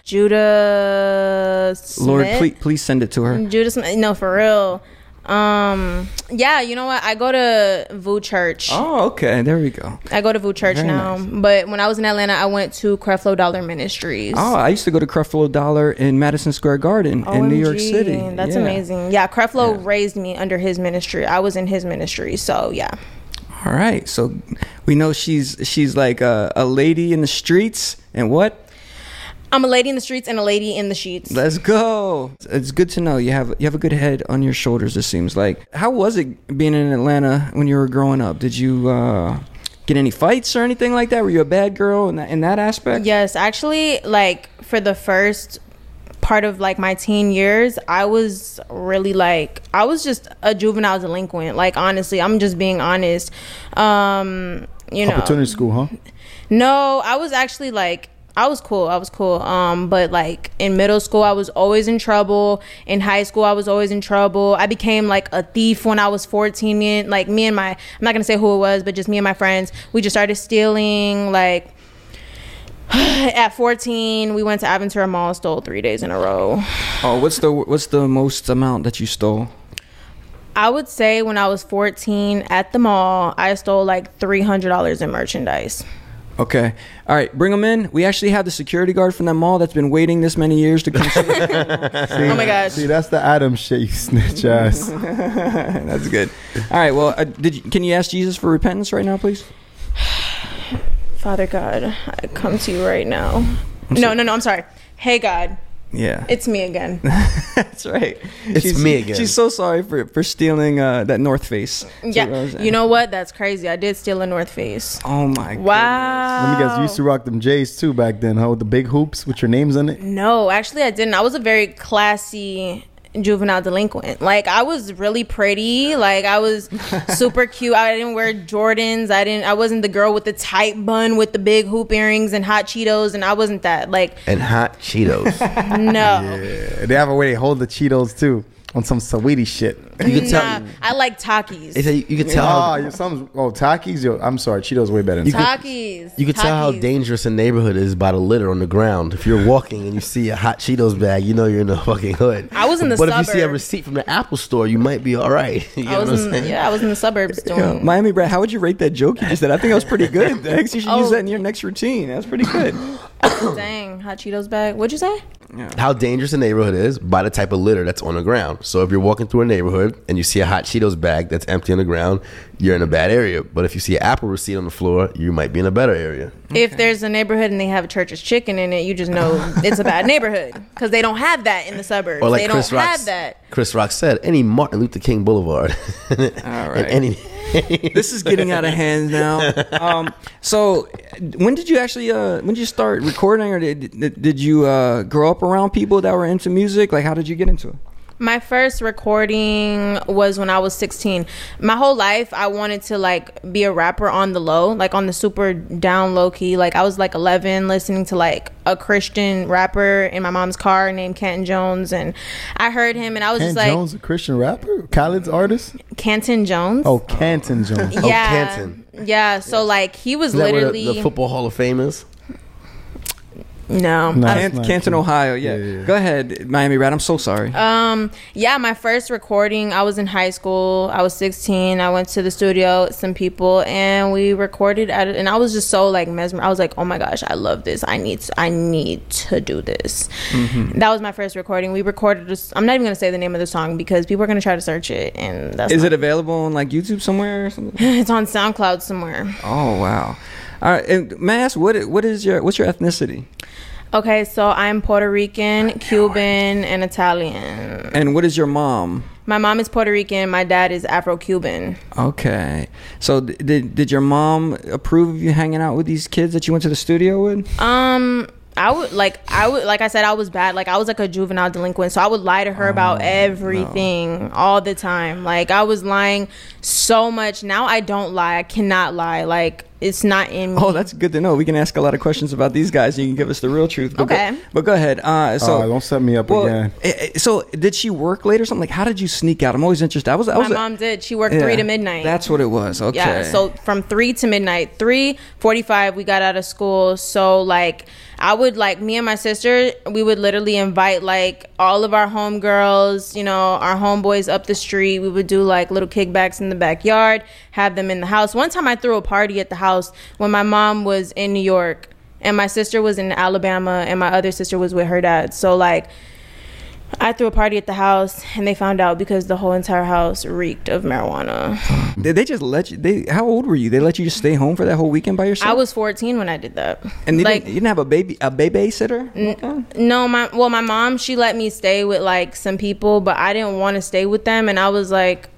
S1: Judah. Smith?
S2: Lord, please, please send it to her.
S1: Judas, no, for real. Um, yeah, you know what? I go to Vu Church.
S2: Oh, okay. There we go.
S1: I go to Vu Church
S2: Very
S1: now. But when I was in Atlanta, I went to Creflo Dollar Ministries.
S2: Oh, I used to go to Creflo Dollar in Madison Square Garden in New York
S1: OMG,
S2: City.
S1: That's
S2: Yeah.
S1: amazing. Yeah, Creflo raised me under his ministry. I was in his ministry, so yeah.
S2: All right, so we know she's she's like a, a lady in the streets, and what?
S1: I'm a lady in the streets and a lady in the sheets.
S2: Let's go. It's- It's good to know you have you have a good head on your shoulders. It seems like. How was it being in Atlanta when you were growing up? Did you uh, get any fights or anything like that? Were you a bad girl in that in that aspect?
S1: Yes, actually, like for the first part of like my teen years, I was really like I was just a juvenile delinquent. Like honestly, I'm just being honest. Um, you know,
S4: Opportunity school, huh?
S1: no, I was actually like I was cool. I was cool. Um, but like in middle school, I was always in trouble. In high school, I was always in trouble. I became like a thief when I was 14. Me and like me and my I'm not gonna say who it was, but just me and my friends, we just started stealing. Like at 14, we went to Aventura Mall, stole three days in a row.
S2: Oh, what's the what's the most amount that you stole?
S1: I would say when I was 14 at the mall, I stole like $300 in merchandise.
S2: Okay. All right. Bring them in. We actually have the security guard from that mall that's been waiting this many years to come. see-
S1: oh my gosh.
S4: See, that's the Adam shit, you snitch ass.
S2: that's good. All right. Well, uh, did you, can you ask Jesus for repentance right now, please?
S1: Father God, I come to you right now. No, no, no, I'm sorry. Hey God,
S2: Yeah.
S1: it's me again.
S2: That's right.
S5: It's
S2: she's,
S5: me again.
S2: She's so sorry for for stealing uh, that North Face. That's what I was
S1: yeah.
S2: saying.
S1: You know what? That's crazy. I did steal a North Face.
S2: Oh my.
S1: Wow.
S4: Let me guess, you used to rock them J's too back then, huh? With the big hoops with your names on it.
S1: No, actually, I didn't. I was a very classy juvenile delinquint. Like I was really pretty. Like I was super cute. I didn't wear Jordans. I didn't. I wasn't the girl with the tight bun with the big hoop earrings and hot Cheetos. And I wasn't that. Like
S5: and hot Cheetos.
S1: no.
S4: Yeah, they have a way they hold the Cheetos too on some Saweetie shit.
S5: you can
S1: Nah,
S5: tell.
S1: I like Takis.
S5: They say you, you can tell.
S4: Oh,
S5: How,
S4: you some oh Takis. Yo, I'm sorry, Cheetos way better. Than
S5: could-
S1: Takis.
S5: you can tell how
S1: Takis.
S5: dangerous a neighborhood is by the litter on the ground. If you're walking and you see a hot Cheetos bag, you know you're in the fucking hood.
S1: I was in the
S5: But if you see a
S1: suburbs.
S5: receipt from the Apple store, you might be all right. You know
S1: I
S5: what
S1: was
S5: I'm
S1: in,
S5: saying?
S1: yeah, I was in the suburbs doing.
S2: Yeah, Miami Brad, how would you rate that joke you just did? I think that was pretty good. Dex. You should use
S1: Oh.
S2: that in your next routine. That's pretty good.
S1: Dang, hot Cheetos bag. What'd you say?
S5: how dangerous a neighborhood is by the type of litter that's on the ground. So if you're walking through a neighborhood and you see a hot Cheetos bag that's empty on the ground, you're in a bad area. But if you see an apple receipt on the floor, you might be in a better area.
S1: If there's a neighborhood and they have a church's chicken in it, you just know it's a bad neighborhood because they don't have that in the suburbs.
S5: Or like
S1: they
S5: Chris
S1: don't
S5: Rock,
S1: have that.
S5: Chris Rock said, any Martin Luther King Boulevard. All
S2: right.
S5: any,
S2: This is getting out of hand now. Um, so, when did you actually uh, when did you start recording, or did did, did you uh, grow up around people that were into music? Like, how did you get into it?
S1: My first recording was when I was 16. My whole life, I wanted to like be a rapper on the low, like on the super down low key. Like I was like 11, listening to like a Christian rapper in my mom's car named Canton Jones, and I heard him, and I was
S4: Canton
S1: just like
S4: Jones, a Christian rapper, Khaled's artist.
S1: Canton Jones.
S4: Oh, Canton Jones.
S1: yeah,
S5: Canton.
S1: yeah. So like he was
S5: is that where the,
S1: literally
S5: the Football Hall of Fame is?
S1: no.
S4: No.
S1: I-
S4: That's
S2: Can-
S4: not
S2: Canton,
S4: true.
S2: Ohio. Yeah.
S4: Yeah, yeah.
S2: Go ahead, Miami Brad. I'm so sorry.
S1: Um, yeah, my first recording, I was in high school. I was 16. I went to the studio with some people and we recorded at it. And I was just so like mesmerized. I was like, oh my gosh, I love this. I need to, I need to do this.
S2: Mm-hmm.
S1: That was my first recording. We recorded this. I'm not even going to say the name of the song because people are going to try to search it. And that's
S2: is
S1: not-
S2: it available on like YouTube somewhere or something?
S1: it's on SoundCloud somewhere.
S2: Oh wow! All right, and may I ask what i- what is your what's your ethnicity
S1: Okay, so I'm Puerto Rican, Cuban, and Italian.
S2: and what is your mom?
S1: My mom is Puerto Rican. My dad is Afro Cuban.
S2: Okay, so d- did did your mom approve of you hanging out with these kids that you went to the studio with?
S1: Um, I would like I would like I said I was bad. Like I was like a juvenile delinquent, so I would lie to her
S2: Oh,
S1: about everything all the time. Like I was lying so much. Now I don't lie. I cannot lie. Like it's not in me.
S2: Oh, that's good to know. We can ask a lot of questions about these guys, and you can give us the real truth. But
S1: Okay.
S2: Go, but go ahead. Uh, so
S4: Oh, don't set me up
S2: well,
S4: again.
S2: eh, eh, So did she work late or something? Like, how did you sneak out? I'm always interested. I was. I
S1: my
S2: was
S1: mom did. She worked three
S2: yeah,
S1: to midnight.
S2: That's what it was. Okay.
S1: yeah. So from three to midnight, three forty-five, we got out of school. So like, I would like me and my sister, we would literally invite like all of our homegirls, you know, our homeboys up the street. We would do like little kickbacks in the backyard, have them in the house. One time, I threw a party at the house when my mom was in New York and my sister was in Alabama, and my other sister was with her dad. So like. I threw a party at the house and they found out because the whole entire house reeked of marijuana.
S2: Did they just let you? They how old were you? They let you just stay home for that whole weekend by yourself.
S1: I was 14 when I did that.
S2: and you,
S1: like
S2: didn't, you didn't have a baby, a baby sitter.
S1: no, my well, my mom she let me stay with like some people, but I didn't want to stay with them, and I was like,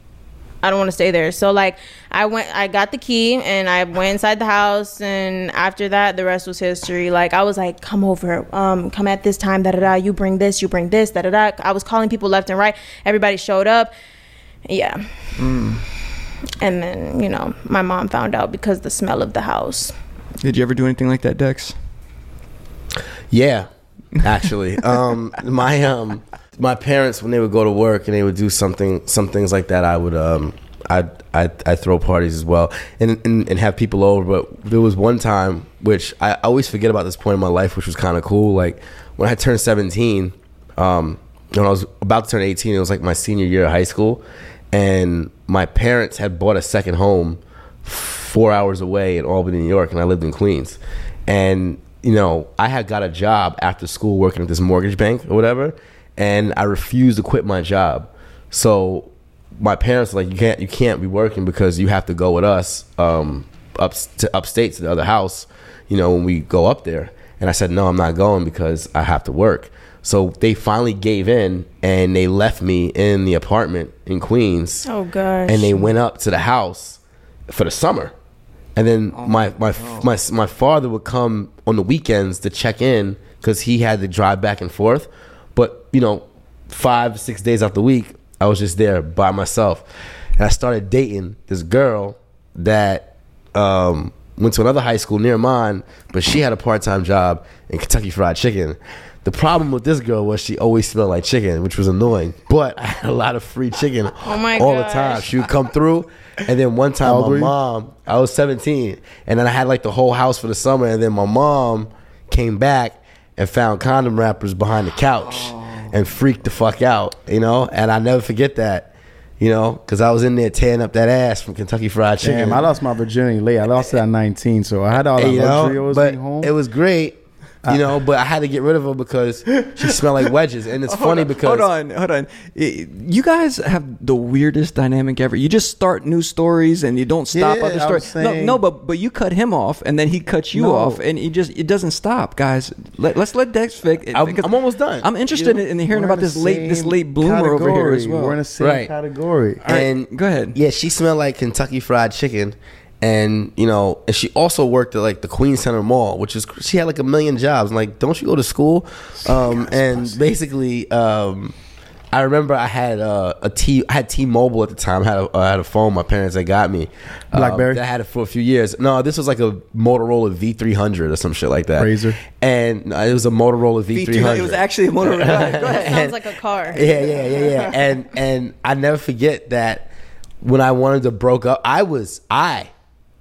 S1: I don't want to stay there. So like I went, I got the key, and I went inside the house, and after that, the rest was history. Like I was like, come over, um, come at this time, da da da. You bring this, you bring this, da da da. I was calling people left and right. Everybody showed up. Yeah.
S2: Mm.
S1: And then you know, my mom found out because the smell of the house.
S2: Did you ever do anything like that, Dex?
S5: Yeah, actually, um, my um, my parents when they would go to work and they would do something, some things like that. I would um, I I I throw parties as well and, and and have people over. But there was one time which I always forget about this point in my life, which was kind of cool. Like when I turned seventeen, um, when I was about to turn eighteen, it was like my senior year of high school, and my parents had bought a second home four hours away in Albany, New York, and I lived in Queens. And you know, I had got a job after school working at this mortgage bank or whatever, and I refused to quit my job. So my parents were like, you can't, you can't be working because you have to go with us um, up to upstate to the other house. You know, when we go up there, and I said, no, I'm not going because I have to work. So they finally gave in and they left me in the apartment in Queens.
S1: Oh, gosh.
S5: And they went up to the house for the summer. And then
S1: Oh
S5: my my, f- my s- my father would come on the weekends to check in because he had to drive back and forth. But you know, five six days out the week, I was just there by myself, and I started dating this girl that um, went to another high school near mine, but she had a part time job in Kentucky Fried Chicken. The problem with this girl was she always smelled like chicken, which was annoying. But I had a lot of free chicken
S1: Oh my
S5: all the
S1: gosh.
S5: time. She would come through, and then one time
S4: How old
S5: my
S4: were you?
S5: mom, I was 17, and then I had like the whole house for the summer, and then my mom came back and found condom wrappers behind the couch and freaked the fuck out, you know. And I never forget that, you know, because I was in there tearing up that ass from Kentucky Fried Chicken.
S4: Damn, I lost my virginity late. I lost it at 19, so I had all that
S5: And, you
S4: luxury of
S5: know,
S4: always
S5: but
S4: being home.
S5: it was great. You know, but I had to get rid of her because she smelled like wedges, and it's funny
S2: hold on,
S5: because
S2: hold on, hold on. I- You guys have the weirdest dynamic ever. You just start new stories and you don't stop
S4: Yeah,
S2: other
S4: I was
S2: stories. No,
S4: saying-
S2: no, but but you cut him off and then he cuts you
S5: No.
S2: off and it just it doesn't stop, guys. Let, us let Dex fix. it,
S5: I'm-
S2: because
S5: I'm almost done.
S2: I'm interested
S5: You-
S2: in, in hearing
S4: We're
S2: about
S4: in the
S2: this late this
S4: same
S2: late bloomer over here as
S4: category.
S2: well.
S4: We're in the same
S5: Right.
S4: category.
S5: and
S2: go ahead.
S5: Yeah, she smelled like Kentucky Fried Chicken, and you know, and she also worked at like the Queen Center Mall, which is she had like a million jobs. I'm like, don't you go to school? Um, and basically, um, I remember I had uh, a T, I had T-Mobile at the time. I had a, I had a phone my parents had got me, um,
S4: Blackberry?
S5: that I had it for a few years. No, this was like a Motorola V300 or some shit like that.
S4: Razor?
S5: and no, it was a Motorola V300.
S2: It was actually a motor. go ahead, go ahead.
S5: And-
S1: Sounds like a car.
S5: Yeah, yeah, yeah, yeah. and and I never forget that when I wanted to broke up, I was I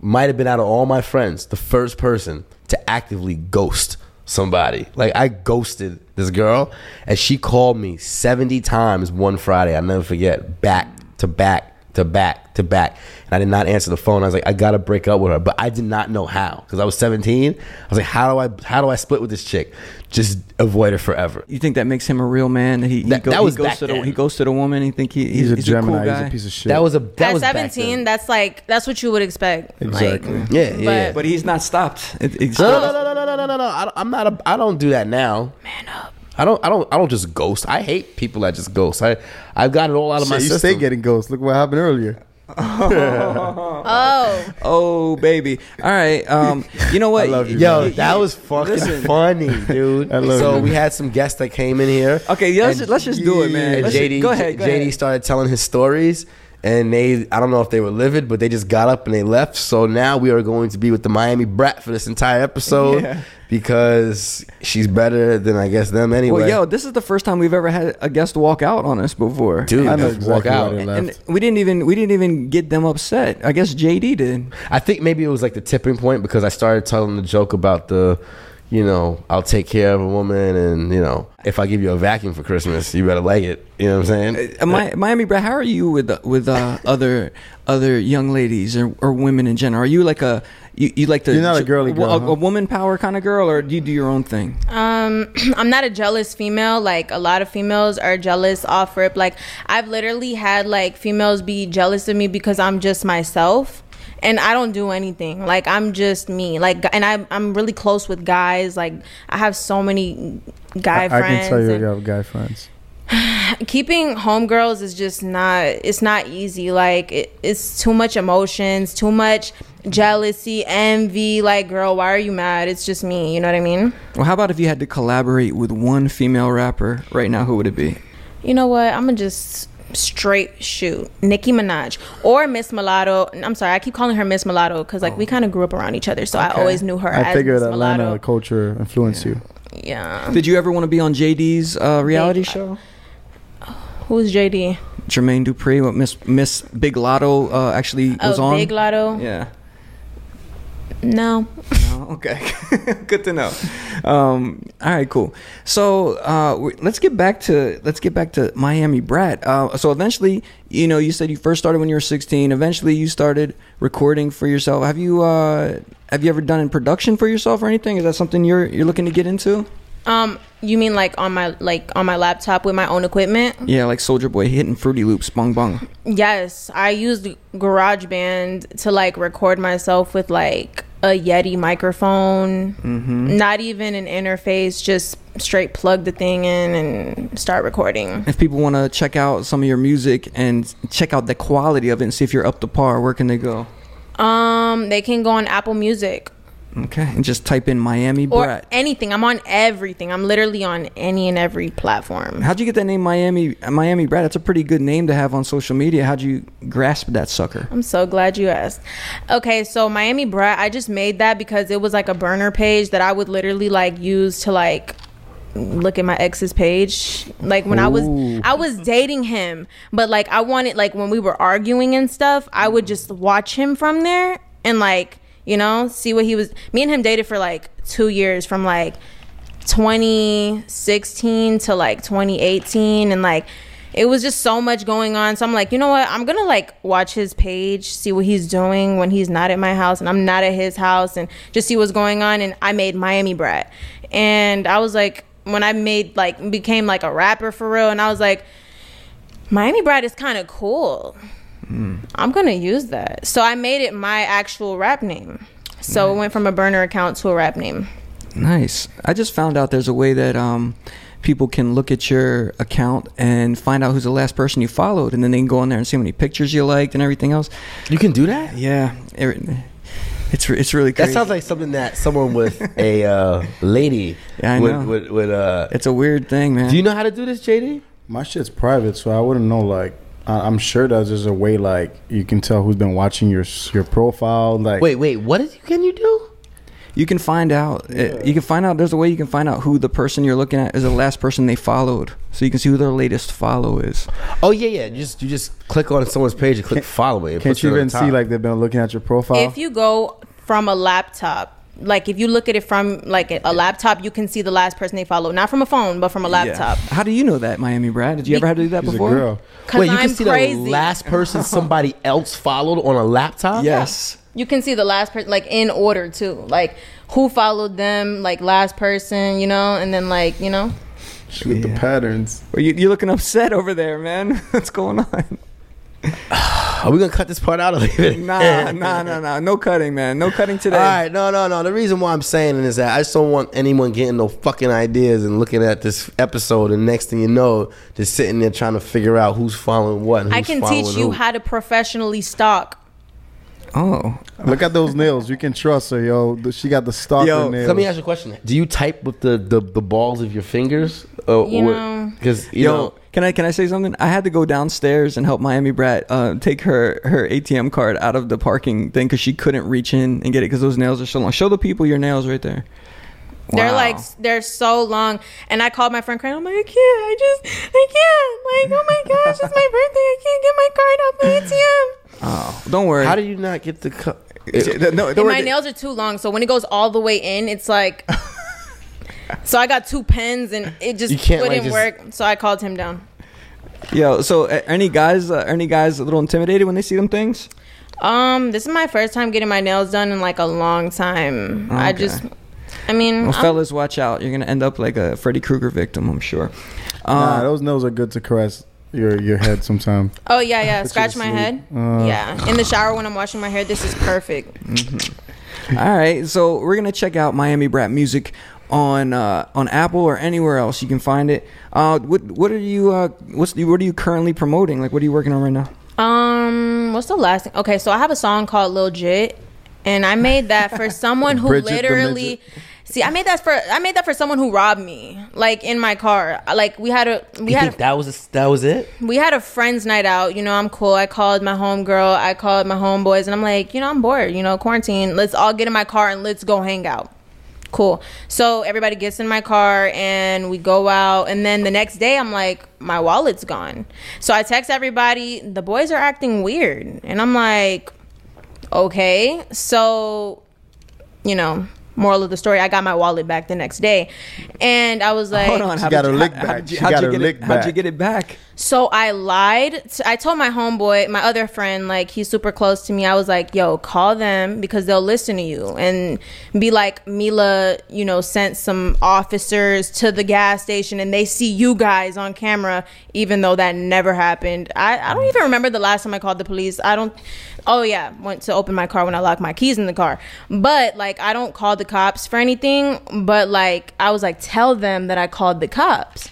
S5: might have been out of all my friends the first person to actively ghost somebody. Like I ghosted this girl, and she called me seventy times one Friday. I will never forget back to back to back to back. And I did not answer the phone. I was like, I gotta break up with her. But I did not know how. Because I was 17. I was like, how do I how do I split with this chick? Just avoid her forever.
S2: You think that makes him a real man? That he, he
S5: That-
S2: go-
S5: that
S2: he
S5: was
S2: goes
S5: back
S2: to the,
S5: then.
S2: he goes to the woman. You think he,
S4: He's, a
S2: cool
S4: Gemini.
S2: guy?
S4: he's a piece of shit.
S5: That was a that
S1: at
S5: was back
S1: 17
S5: then.
S1: that's like that's what you would expect
S4: Exactly.
S1: like,
S5: Yeah, yeah. yeah.
S2: But he's not stopped. It, it's
S5: no, no, no, no, no, no, no, no, no. I, don't- I'm not. A, I don't do that now. Man up. I don't. I don't. I don't just ghost. I hate people that just ghost. I. I've got it all out of
S4: Shit,
S5: my
S4: you
S5: system.
S4: stay getting ghosts. Look what happened earlier.
S1: oh
S2: Oh baby! All right. Um, you know what?
S4: I love you,
S5: Yo, that was fucking
S2: Listen.
S5: funny, dude.
S4: I love
S5: so
S4: you.
S5: we had some guests that came in here.
S2: Okay, let's just- let's just do it, man.
S5: And
S2: Let's
S5: JD,
S2: just- go ahead, go
S5: JD
S2: ahead.
S5: started telling his stories, and they, I don't know if they were livid, but they just got up and they left. So now we are going to be with the Miami Brat for this entire episode
S2: Yeah.
S5: because she's better than I guess them anyway.
S2: Well, yo, this is the first time we've ever had a guest walk out on us before,
S5: dude,
S4: I know
S5: walk
S4: exactly why
S5: out.
S4: they left.
S2: And we didn't even we didn't even get them upset. I guess JD did.
S5: I think maybe it was like the tipping point because I started telling the joke about the you know, I'll take care of a woman, and you know, if I give you a vacuum for Christmas, you better like it. You know what I'm saying?
S2: Uh, Mi- Miami Brad, how are you with with uh, other other young ladies or, or women in general? Are you like a you, you like the
S4: You're not a girly girl,
S2: a,
S4: huh?
S2: a woman power kind of girl, or do you do your own thing?
S1: Um, I'm not a jealous female. Like a lot of females are jealous off rip. Like I've literally had like females be jealous of me because I'm just myself. And I don't do anything. Like I'm just me. Like, and I, I'm really close with guys. Like I have so many guy
S4: I, I
S1: friends.
S4: can tell you,
S1: and-
S4: you have guy friends.
S1: keeping homegirls is just not it's not easy like it, it's too much emotions too much jealousy envy like girl why are you mad it's just me you know what i mean
S2: Well, how about if you had to collaborate with one female rapper right now? Who would it be?
S1: you know what i'm gonna just straight shoot nicki minaj or miss mulatto i'm sorry i keep calling her miss mulatto because like we kind of grew up around each other so i
S2: Oh. Okay.
S1: always knew her
S4: I
S1: as
S4: figured
S1: miss
S4: Atlanta
S1: mulatto
S4: culture influenced you.
S1: yeah
S2: Did you ever want to be on JD's uh, reality
S1: Big-
S2: show?
S1: who's jd
S2: Jermaine Dupri, what Miss Miss Big Lotto uh, actually was
S1: oh
S2: on.
S1: big lotto
S2: Yeah.
S1: no
S2: Oh, okay. Good to know. Um, all right, cool. So uh, we- let's get back to let's get back to Miami Brat. Uh, so eventually, you know, you said you first started when you were 16. Eventually, you started recording for yourself. Have you uh, have you ever done in production for yourself or anything? Is that something you're you're looking to get into?
S1: um you mean like on my like on my laptop with my own equipment
S2: Yeah, like Soldier Boy hitting Fruity Loops, bong bong.
S1: Yes, I used GarageBand to like record myself with like a Yeti microphone, not even an interface, just straight plug the thing in and start recording.
S2: If people want to check out some of your music and check out the quality of it and see if you're up to par, where can they go?
S1: Um, they can go on Apple Music
S2: Okay, and just type in Miami
S1: or
S2: Brat.
S1: anything. I'm on everything. I'm literally on any and every platform.
S2: How'd you get that name, Miami? Miami Brad. That's a pretty good name to have on social media. How'd you grasp that sucker?
S1: I'm so glad you asked. Okay, so Miami Brat, I just made that because it was like a burner page that I would literally like use to like look at my ex's page. Like when I was I was dating him, but like I wanted like when we were arguing and stuff, I would just watch him from there and like, you know, see what he was me and him dated for like 2 years from like 2016 to like 2018 and like it was just so much going on so i'm like you know what i'm gonna like watch his page see what he's doing when he's not at my house and i'm not at his house and just see what's going on and i made miami brat and i was like when i made like became like a rapper for real and i was like miami brat is kind of cool i'm gonna use that so i made it my actual rap name so it went from a burner account to a rap name
S2: Nice. I just found out there's a way that um, people can look at your account and find out who's the last person you followed, and then they can go on there and see how many pictures you liked and everything else.
S5: You can do that.
S2: Yeah, it- it's re- it's really
S5: That
S2: crazy.
S5: sounds like something that someone with a uh, lady
S2: Yeah, I
S5: would,
S2: know.
S5: would would uh.
S2: it's a weird thing, man.
S5: Do you know how to do this, JD?
S4: My shit's private, so I wouldn't know. Like, I, I'm sure that there's a way. Like, you can tell who's been watching your s- your profile. Like,
S5: Wait, wait. What is, can you do?
S2: You can find out. it- you can find out. There's a way you can find out who the person you're looking at is the last person they followed, so you can see who their latest follow is.
S5: Oh yeah, yeah. You just you just click on someone's page and click follow it. It
S4: can't
S5: puts
S4: you
S5: it on the
S4: even
S5: top.
S4: see like they've been looking at your
S5: Uh-huh.
S4: profile?
S1: if you go from a laptop like if you look at it from like a laptop you can see the last person they follow not from a phone but from a laptop
S2: Yeah. How do you know that, Miami Brad? Did you ever have to do that
S4: She's a
S2: before?
S4: girl.
S1: because
S5: Wait, you
S1: i'm
S5: can see
S1: crazy
S5: the last person somebody else followed on a laptop?
S2: Yes.
S1: you can see the last person like in order too like who followed them like last person you know and then like you know
S4: She with the patterns.
S2: Well, you, you're looking upset over there, man. What's going on?
S5: Are we gonna cut this part out or leave it?
S2: Nah, nah, nah, nah. No cutting, man. No cutting today.
S5: All right, no, no, no. The reason why I'm saying it is that I just don't want anyone getting no fucking ideas and looking at this episode, and next thing you know, just sitting there trying to figure out who's following what. And
S1: i
S5: who's
S1: can
S5: following
S1: teach you
S5: who.
S1: how to professionally stalk
S2: Oh,
S4: Look at those nails. You can trust her, yo. Th- She got the stalker
S2: Yo,
S4: nails.
S5: Let me ask you a question. Do you type with the, the, the balls of your fingers? Uh,
S1: You know.
S5: Because, you
S2: yo,
S5: know,
S2: can I can I say something? I had to go downstairs and help Miami Brat uh, take her her ATM card out of the parking thing because she couldn't reach in and get it because those nails are so long. Show the people your nails right there.
S1: They're
S2: Wow.
S1: like they're so long, and I called my friend crying. I'm like, I can't. I just, I can't. Like, oh my gosh, it's my birthday. I can't get my card off the ATM.
S2: Oh, don't worry.
S5: how do you not get the. Co-
S2: It- no, don't
S1: And
S2: worry.
S1: my nails are too long, so when it goes all the way in, it's like So I got two pens and it just
S5: You can't, like,
S1: wouldn't
S5: just-
S1: work. So I called him down.
S2: Yo, so uh, any guys, uh, any guys a little intimidated when they see them things?
S1: Um, this is my first time getting my nails done in like a long time. I
S2: Okay.
S1: just, I mean,
S2: Well,
S1: I'm-
S2: fellas, watch out. You're gonna end up like a Freddy Krueger victim, I'm sure. Uh,
S4: nah, those nails are good to caress your your head sometime.
S1: oh yeah, yeah,
S4: Put you
S1: scratch
S4: to
S1: my
S4: sleep.
S1: head.
S4: Uh.
S1: yeah, in the shower when I'm washing my hair, this is perfect.
S2: All right, so we're gonna check out Miami Brat music on uh, on Apple or anywhere else you can find it. Uh, what what are you uh, what's what are you currently promoting? Like, what are you working on right now?
S1: Um, what's the last thing? Okay, so I have a song called Lil Jit, and I made that for someone who
S4: Bridget the
S1: literally.
S4: midget.
S1: See, I made that for I made that for someone who robbed me, like in my car. Like we had a we
S5: You
S1: had
S5: think
S1: a,
S5: that was that was it?
S1: we had a friends night out. You know, I'm cool. I called my homegirl, I called my homeboys, and I'm like, you know, I'm bored. You know, quarantine. Let's all get in my car and let's go hang out. Cool. So everybody gets in my car and we go out. And then the next day, I'm like, my wallet's gone. So I text everybody, the boys are acting weird. And I'm like, okay. So, you know, moral of the story, I got my wallet back the next day. And I was like,
S2: Hold on,
S4: She got her lick
S2: how-
S4: back.
S2: how'd you-
S4: She
S2: how'd
S4: got
S2: you
S4: her
S2: get it-
S4: lick
S2: How'd you
S4: back.
S2: get it back?
S1: so I lied. to- I told my homeboy, my other friend, like he's super close to me. I was like, "Yo, call them because they'll listen to you and be like, Mila, you know, sent some officers to the gas station and they see you guys on camera, even though that never happened. I, I don't even remember the last time I called the police. I don't. Oh yeah, went to open my car when I locked my keys in the car. But like, I don't call the cops for anything. But like, I was like, tell them that I called the cops.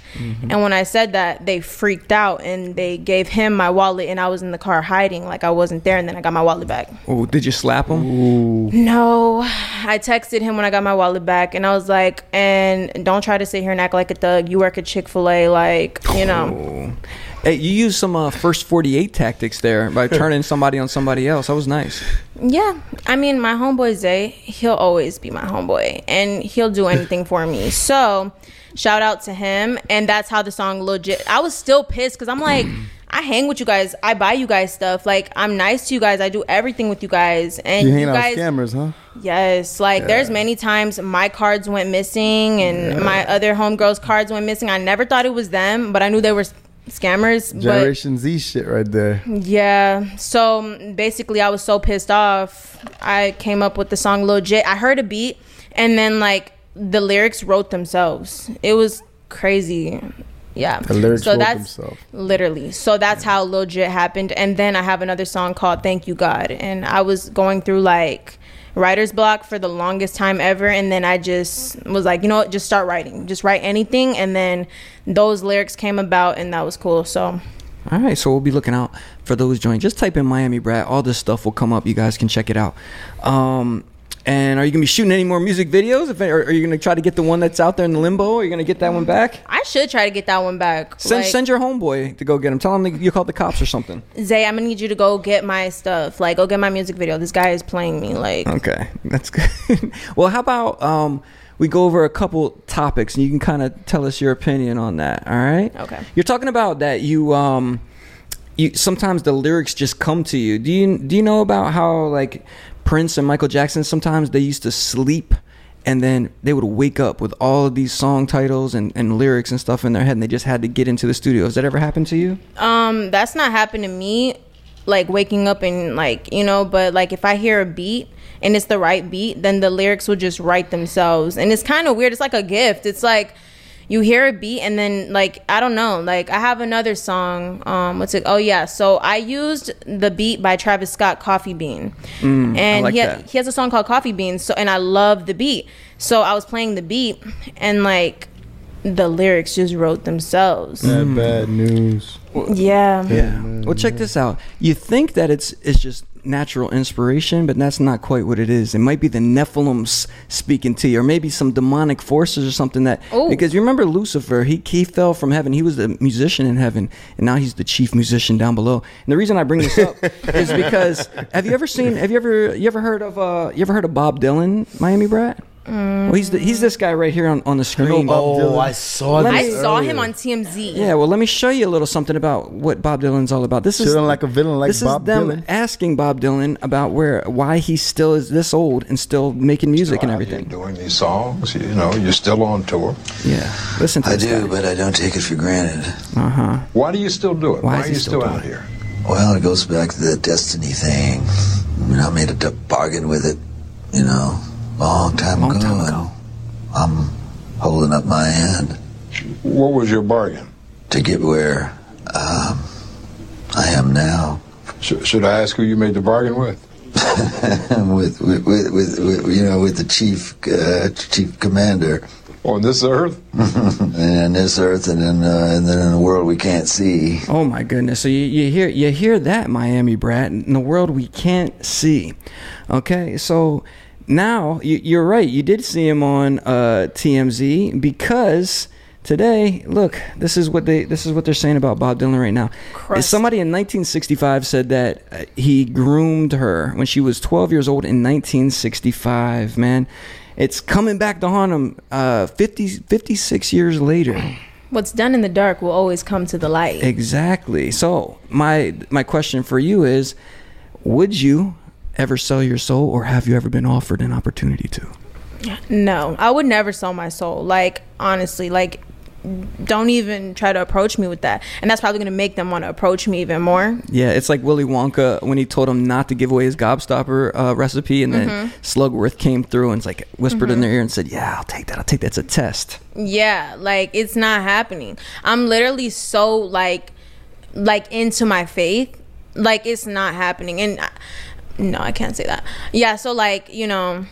S1: And when I said that, they freaked out and they gave him my wallet, and I was in the car hiding, like I wasn't there. And then I got my wallet back.
S2: Oh, did you slap him?
S1: No, I texted him when I got my wallet back, and I was like, and don't try to sit here and act like a thug. You work at Chick Fil A, like you know.
S2: Oh. Hey, you used some uh, first forty-eight tactics there by turning somebody on somebody else. That was nice.
S1: Yeah, I mean, my homeboy Zay, he'll always be my homeboy, and he'll do anything for me. So, shout out to him, and that's how the song legit. I was still pissed because I'm like, I hang with you guys, I buy you guys stuff, like I'm nice to you guys, I do everything with you guys, and
S4: You
S1: you,
S4: hanging out
S1: guys,
S4: with scammers, huh?
S1: yes, like there's many times my cards went missing, and my other homegirls' cards went missing. I never thought it was them, but I knew they were s- scammers. but
S4: Generation Z shit right there.
S1: yeah. So mm, basically, I was so pissed off. I came up with the song legit. I heard a beat, and then like the lyrics wrote themselves. It was crazy. Yeah.
S4: The lyrics wrote themselves.
S1: Literally. So that's how legit happened. And then I have another song called "Thank You God," and I was going through like writer's block for the longest time ever and then i just was like you know what just start writing just write anything and then those lyrics came about and that was cool so
S2: All right, so we'll be looking out for those joints. Just type in Miami Brat. All this stuff will come up. You guys can check it out. Um, and are you gonna be shooting any more music videos? If, are, are you gonna try to get the one that's out there in the limbo? Are you gonna get that one back?
S1: I should try to get that one back.
S2: Send
S1: Like,
S2: send your homeboy to go get him. Tell him that you called the cops or something.
S1: Zay, I'm gonna need you to go get my stuff. Like, go get my music video. This guy is playing me. Like,
S2: Okay, that's good. well, how about um, we go over a couple topics and you can kind of tell us your opinion on that. All right.
S1: Okay.
S2: You're talking about that you um, you sometimes the lyrics just come to you. Do you do you know about how like Prince and Michael Jackson sometimes they used to sleep and then they would wake up with all of these song titles and, and lyrics and stuff in their head and they just had to get into the studio. Has that ever happened to you?
S1: um, that's not happened to me. Like waking up and like you know, but like if I hear a beat and it's the right beat, then the lyrics will just write themselves. And it's kind of weird. It's like a gift. It's like you hear a beat and then like I don't know. Like I have another song. Um, what's it? Oh yeah. So I used the beat by Travis Scott, Coffee Bean, and
S2: Mm, like
S1: he
S2: that.
S1: had, he has a song called Coffee Beans, so and I love the beat. So I was playing the beat and like the lyrics just wrote themselves. Yeah.
S4: Bad, bad news.
S2: Yeah. Well, check this out. You think that it's it's just natural inspiration, but that's not quite what it is. It might be the Nephilims speaking to you, or maybe some demonic forces or something that.
S1: Ooh.
S2: Because you remember Lucifer, he he fell from heaven. He was the musician in heaven, and now he's the chief musician down below. And the reason I bring this up is because have you ever seen? Have you ever you ever heard of uh you ever heard of Bob Dylan, Miami Brat? Well, he's the, he's this guy right here on, on the screen.
S5: Oh, I saw
S2: Let
S5: that.
S2: me-
S1: I saw him on TMZ.
S2: Yeah, well, let me show you a little something about what Bob Dylan's all about. This is
S4: Chilling like a villain like
S2: this
S4: Bob
S2: is them
S4: Dylan.
S2: asking Bob Dylan about where why he still is this old and still making music and
S6: out here
S2: everything.
S6: doing these songs, you know, you're still on tour.
S2: Yeah, listen to
S7: I
S2: this
S7: do,
S2: guy.
S7: but I don't take it for granted.
S2: Uh huh.
S6: Why do you still do it?
S2: Why
S6: Why,
S2: is
S6: are
S2: he
S6: you
S2: still
S6: still,
S2: doing
S6: out
S2: it?
S6: here?
S7: Well, it goes back to the destiny thing. I mean, I made a d- bargain with it, you know, a long time
S2: Long
S7: ago.
S2: time
S7: and
S2: ago.
S7: I'm holding up my hand
S6: What was your bargain?
S7: to get where um, I am now.
S6: Sh- should I ask who you made the bargain with?
S7: with, with, with, with, with, you know, with the chief, uh, chief commander.
S6: On this earth?
S7: and in this earth and in, uh, and then in the world we can't see.
S2: Oh my goodness. So you, you hear you hear that Miami brat in the world we can't see. Okay, so now you, you're right. You did see him on uh, TMZ because today, look, this is what they this is what they're saying about Bob Dylan right now.
S1: Crust.
S2: Somebody in 1965 said that uh, he groomed her when she was 12 years old in 1965. Man, it's coming back to haunt him. Uh, 50 56 years later.
S1: What's done in the dark will always come to the light.
S2: Exactly. So my my question for you is, would you ever sell your soul, or have you ever been offered an opportunity to?
S1: No, I would never sell my soul. Like honestly, like don't even try to approach me with that. And that's probably gonna make them want to approach me even more.
S2: Yeah, it's like Willy Wonka when he told him not to give away his gobstopper uh, recipe, and then Slugworth came through and it's like whispered in their ear and said, "Yeah, I'll take that. I'll take that. It's a test."
S1: Yeah, like it's not happening. I'm literally so like like into my faith. Like it's not happening. And I, no, I can't say that. Yeah, so like, you know,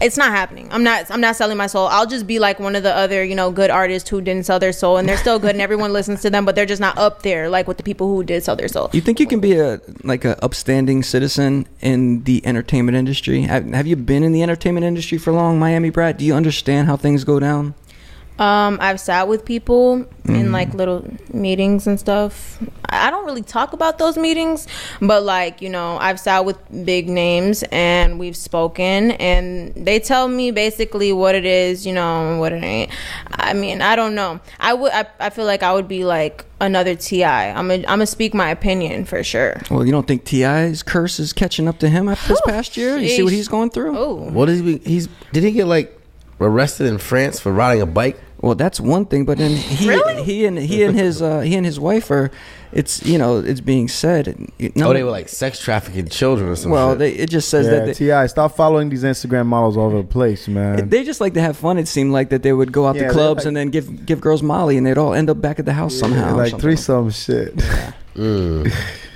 S1: it's not happening. I'm not I'm not selling my soul. I'll just be like one of the other, you know, good artists who didn't sell their soul and they're still good and everyone listens to them, but they're just not up there like with the people who did sell their soul.
S2: You think you can be a like a upstanding citizen in the entertainment industry? Have, have you been in the entertainment industry for long, Miami Brad? Do you understand how things go down?
S1: Um, I've sat with people in like little meetings and stuff. I I don't really talk about those meetings, but like, you know, I've sat with big names and we've spoken and they tell me basically what it is, you know, and what it ain't. I mean, I don't know. I would I, I feel like I would be like another TI. I'm a, I'm gonna speak my opinion for sure.
S2: Well, you don't think Ti's curse is catching up to him after this
S1: Whew,
S2: past year? You see what
S1: Oh, sheesh.
S2: he's going through?
S1: Oh.
S5: What is he? He's did he get like arrested in France for riding a bike?
S2: Well, that's one thing, but then he, he and he and his uh, he and his wife are. It's you know it's being said. no-
S5: Oh, they Oh, were like sex trafficking children or something.
S2: Well, they, it just says
S4: Yeah,
S2: that they,
S4: Ti, stop following these Instagram models all over the place, man.
S2: they just like to have fun. It seemed like that they would go out
S4: Yeah,
S2: to
S4: they're
S2: clubs
S4: like-
S2: and then give give girls Molly, and they'd all end up back at the house somehow. or
S4: like
S2: something.
S4: threesome shit.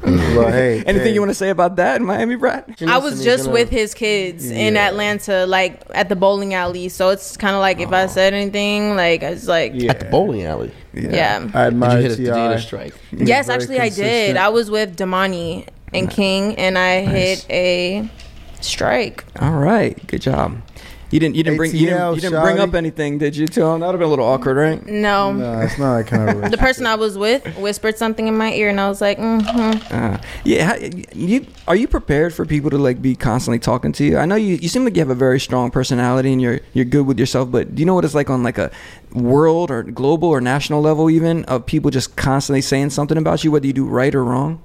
S4: but hey,
S2: Anything you want to say about that in Miami, Brad?
S1: I was just with his kids in
S5: Yeah.
S1: Atlanta, like at the bowling alley. So it's kind of like if I said anything, like it's like,
S4: Yeah.
S5: at the bowling alley.
S1: yeah.
S4: I
S5: Did you
S4: admire
S5: hit a, did you hit a
S4: Ti.
S5: strike?
S4: He's
S1: yes,
S4: very
S1: actually, I did.
S4: consistent.
S1: I was with Damani and King, and I
S2: Nice.
S1: hit a strike.
S2: All right, good job. You didn't you didn't bring you didn't, you didn't bring up anything, did you? Tone that would have been a little awkward, right?
S1: No.
S4: Nah, it's not that kind of.
S1: The
S4: relationship.
S1: person I was with whispered something in my ear, and I was like, mm-hmm.
S2: Uh, yeah, how- you are you prepared for people to like be constantly talking to you? I know you, you seem like you have a very strong personality and you're you're good with yourself, but do you know what it's like on like a world or global or national level even of people just constantly saying something about you, whether you do right or wrong?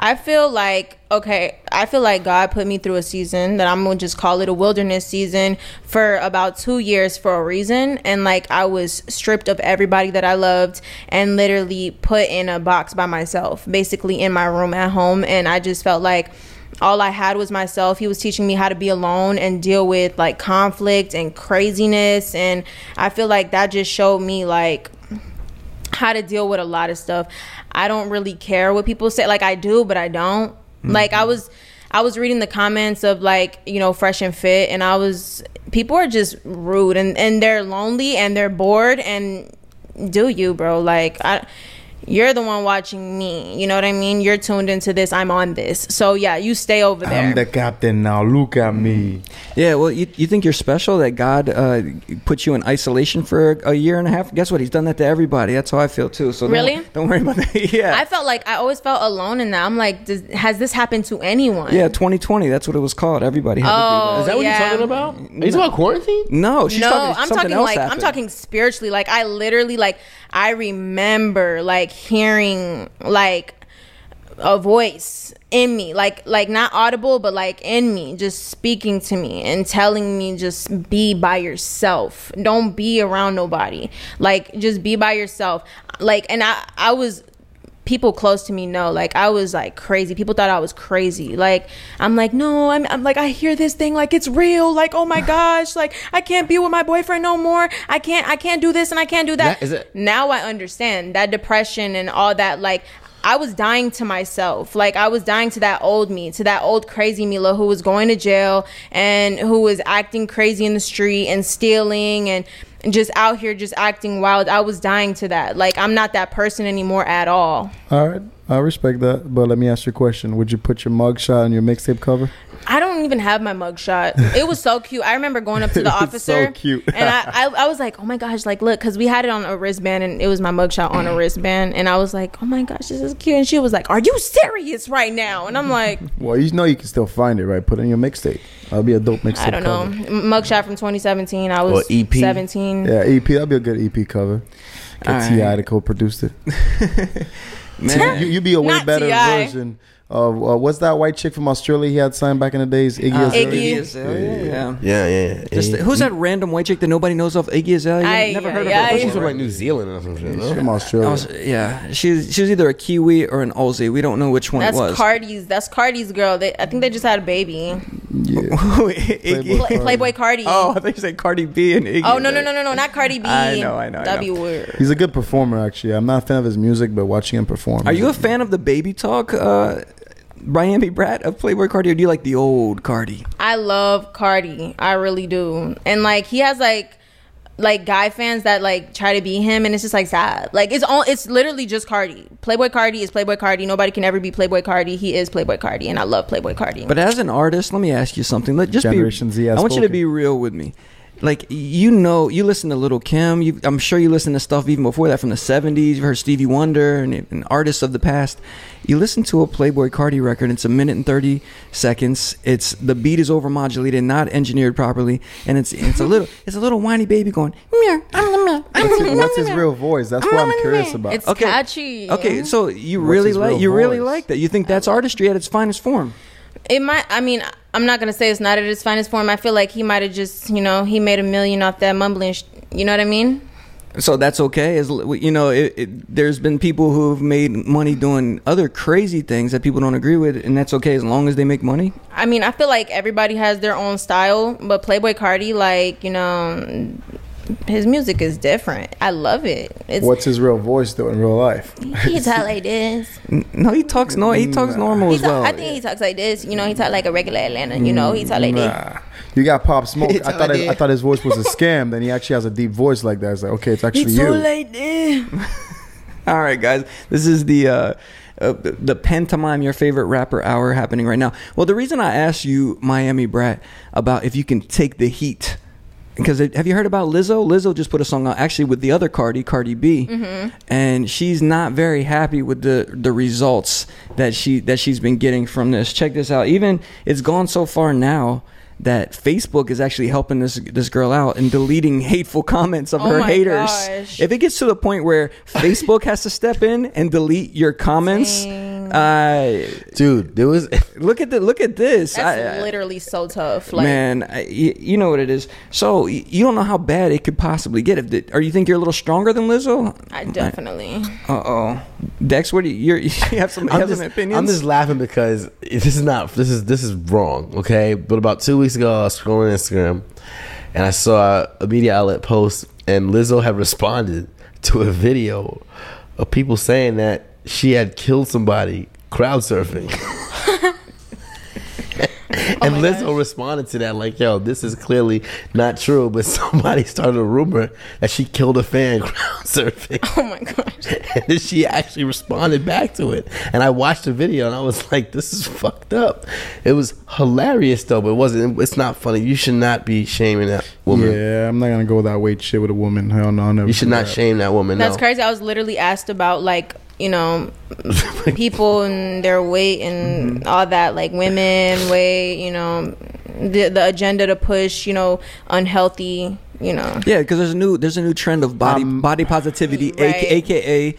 S1: I feel like okay, I feel like God put me through a season that I'm gonna just call it a wilderness season for about two years for a reason. And like I was stripped of everybody that I loved and literally put in a box by myself, basically in my room at home. And I just felt like all I had was myself. He was teaching me how to be alone and deal with like conflict and craziness. And I feel like that just showed me like how to deal with a lot of stuff. I don't really care what people say. Like I do, but I don't. Like
S4: Mm-hmm.
S1: I was I was reading the comments of like, you know, fresh and fit and I was people are just rude and and they're lonely and they're bored and do you, bro? Like I you're the one watching me. You know what I mean? You're tuned into this. I'm on this. So yeah, you stay over there.
S4: I'm the captain now. Look at me.
S2: Yeah, well, you, you think you're special that God uh, put you in isolation for a year and a half? Guess what? He's done that to everybody. That's how I feel too. So don't-
S1: Really?
S2: don't, worry about that. yeah,
S1: I felt like I always felt alone in that. I'm like, does, has this happened to anyone?
S2: yeah, 2020. That's what it was called. Everybody had to do that.
S1: Oh,
S5: Is that what
S1: yeah.
S5: you're talking about? Are you talking about quarantine?
S2: No, Oh, she's
S1: no,
S2: talking,
S1: I'm
S2: something
S1: talking
S2: else
S1: like I'm
S2: happened.
S1: talking spiritually. Like I literally like I remember like hearing like a voice in me, like like not audible, but like in me, just speaking to me and telling me just be by yourself. Don't be around nobody. Like just be by yourself. Like and I I was people close to me know like i was like crazy people thought i was crazy like i'm like no I'm, I'm like i hear this thing like it's real like oh my gosh like i can't be with my boyfriend no more i can't i can't do this and i can't do that
S5: That- is it-
S1: now i understand that depression and all that like I was dying to myself. Like I was dying to that old me, to that old crazy Mila who was going to jail and who was acting crazy in the street and stealing and just out here just acting wild. I was dying to that. Like I'm not that person anymore at all.
S4: All right. I respect that, but let me ask you a question. Would you put your mugshot on your mixtape cover?
S1: I don't even have my mugshot. It was so cute. I remember going up to the
S4: It's so
S1: officer.
S4: cute.
S1: and I, I, I was like, oh my gosh, like, look, because we had it on a wristband and it was my mugshot
S2: Mm.
S1: on a wristband. And I was like, oh my gosh, this is cute. And she was like, are you serious right now? And I'm like,
S4: Well, you know you can still find it, right? Put it in your mixtape. That'll be a dope mixtape.
S1: I don't know.
S4: cover.
S1: M- Mugshot from 2017. I was
S5: Or
S2: E
S5: EP.
S1: 17.
S4: Yeah, EP. That'll be a good EP cover. Get
S2: All
S4: Ti
S2: right.
S4: to co-produced it.
S2: Man.
S4: You, you'd be a way
S1: Not
S4: better
S1: T.I..
S4: version of uh, what's that white chick from Australia he had signed back in the days? Iggy.
S2: Uh,
S4: Azalea?
S1: Iggy.
S2: Azalea, yeah.
S5: Yeah, yeah, yeah.
S2: Just, who's that random white chick that nobody knows of? Iggy Azalea.
S1: Aye,
S2: Never heard
S1: aye,
S2: of her.
S1: aye.
S5: She's
S2: before.
S5: from like New Zealand or something.
S4: She's
S5: no?
S4: From Australia.
S2: I was- yeah, she's she was either a Kiwi or an Aussie. We don't know which one
S1: That's
S2: it was.
S1: Cardi's. That's Cardi's girl. They, I think they just had a baby.
S4: yeah.
S2: Iggy.
S1: Pla- Playboy Cardi.
S2: Oh, I thought you said Cardi B and Iggy.
S1: Oh, no, no, no, no, no, not Cardi B.
S2: I know, I know, I
S1: That'd
S2: know.
S1: be weird.
S4: He's a good performer, actually. I'm not a fan of his music, but watching him perform.
S2: Are you a fan of the baby talk, uh, Brian B. Brat of Playboy Cardi, or do you like the old Cardi?
S1: I love Cardi. I really do. And like he has like like guy fans that like try to be him and it's just like sad. Like it's all it's literally just Cardi. Playboy Cardi is Playboy Cardi. Nobody can ever be Playboy Cardi. He is Playboy Cardi and I love Playboy Cardi.
S2: But as an artist, let me ask you something. Let just
S4: Generation
S2: be.
S4: Z
S2: I
S4: has
S2: want you to
S4: spoken.
S2: be real with me. Like you know, you listen to Little Kim. You, I'm sure you listen to stuff even before that from the '70s. You've heard Stevie Wonder and, and artists of the past. You listen to a Playboy Cardi record. It's a minute and thirty seconds. It's the beat is overmodulated, not engineered properly, and it's it's a little it's a little whiny baby going. "Meow, I'm the meow, I'm
S4: What's
S2: the
S4: his,
S2: meow,
S4: what's his
S2: meow."
S4: real voice? That's what I'm curious about.
S1: it's
S2: Okay.
S1: catchy.
S2: Okay, so you really
S4: his
S2: like
S4: real
S2: you really
S4: voice?
S2: like that. You think that's artistry at its finest form.
S1: It might. I mean, I'm not gonna say it's not at its finest form. I feel like he might have just, you know, he made a million off that mumbling. Sh- you know what I mean?
S2: So that's okay. As l- you know, it, it, there's been people who have made money doing other crazy things that people don't agree with, and that's okay as long as they make money.
S1: I mean, I feel like everybody has their own style, but Playboy Cardi, like, you know, his music is different. I love it. It's
S4: what's his real voice though in real life?
S1: he talk like this.
S2: N- No, he talks no, he talks normal
S1: He
S2: as
S1: talk,
S2: well.
S1: I think he talks like this. You know, he talk like a regular Atlanta. You know, he talk like
S2: Mm,
S1: this.
S4: Nah. You got Pop Smoke.
S5: It's
S4: I thought his,
S5: idea.
S4: I thought his voice was a scam. then he actually has a deep voice like that. It's like okay, it's actually you.
S1: like this.
S2: All right, guys, this is the. Uh, uh, the, the pantomime your favorite rapper hour happening right now well the reason i asked you miami brat about if you can take the heat because have you heard about lizzo lizzo just put a song out actually with the other cardi cardi b
S1: Mm-hmm.
S2: and she's not very happy with the the results that she that she's been getting from this check this out even it's gone so far now that facebook is actually helping this this girl out and deleting hateful comments of
S1: Oh
S2: her
S1: my
S2: haters
S1: gosh.
S2: if it gets to the point where Facebook has to step in and delete your comments, uh,
S5: Dude, there was.
S2: look at the look at this. I-
S1: That's
S2: I-
S1: literally so tough. Like,
S2: man, I, you, you know what it is. So y- you don't know how bad it could possibly get. If the, or you think you're a little stronger than Lizzo?
S1: I definitely.
S2: Uh oh, Dex, what do you you're, you have some you
S5: I'm
S2: have
S5: just,
S2: some opinions?
S5: I'm just laughing because this is not this is this is wrong. Okay, but about two weeks ago, I was scrolling Instagram, and I saw a media outlet post, and Lizzo had responded to a video of people saying that she had killed somebody crowd surfing. and Lizzo responded to that like, "Yo, this is clearly not true." But somebody started a rumor that she killed a fan ground surfing.
S1: Oh my gosh.
S5: and then she actually responded back to it. And I watched the video and I was like, this is fucked up. It was hilarious though, but it wasn't. It's not funny. You should not be shaming that woman.
S4: Yeah, I'm not gonna go that way shit with a woman. Hell no, I never
S5: You should
S4: do
S5: not
S4: that.
S5: shame that woman.
S1: That's
S5: no.
S1: crazy. I was literally asked about like you know people and their weight and
S2: Mm-hmm.
S1: all that, like women weight. You know, the the agenda to push. You know, unhealthy. You know,
S2: Yeah, because there's a new there's a new trend of body
S5: Um,
S2: body positivity,
S1: Right.
S2: aka, AKA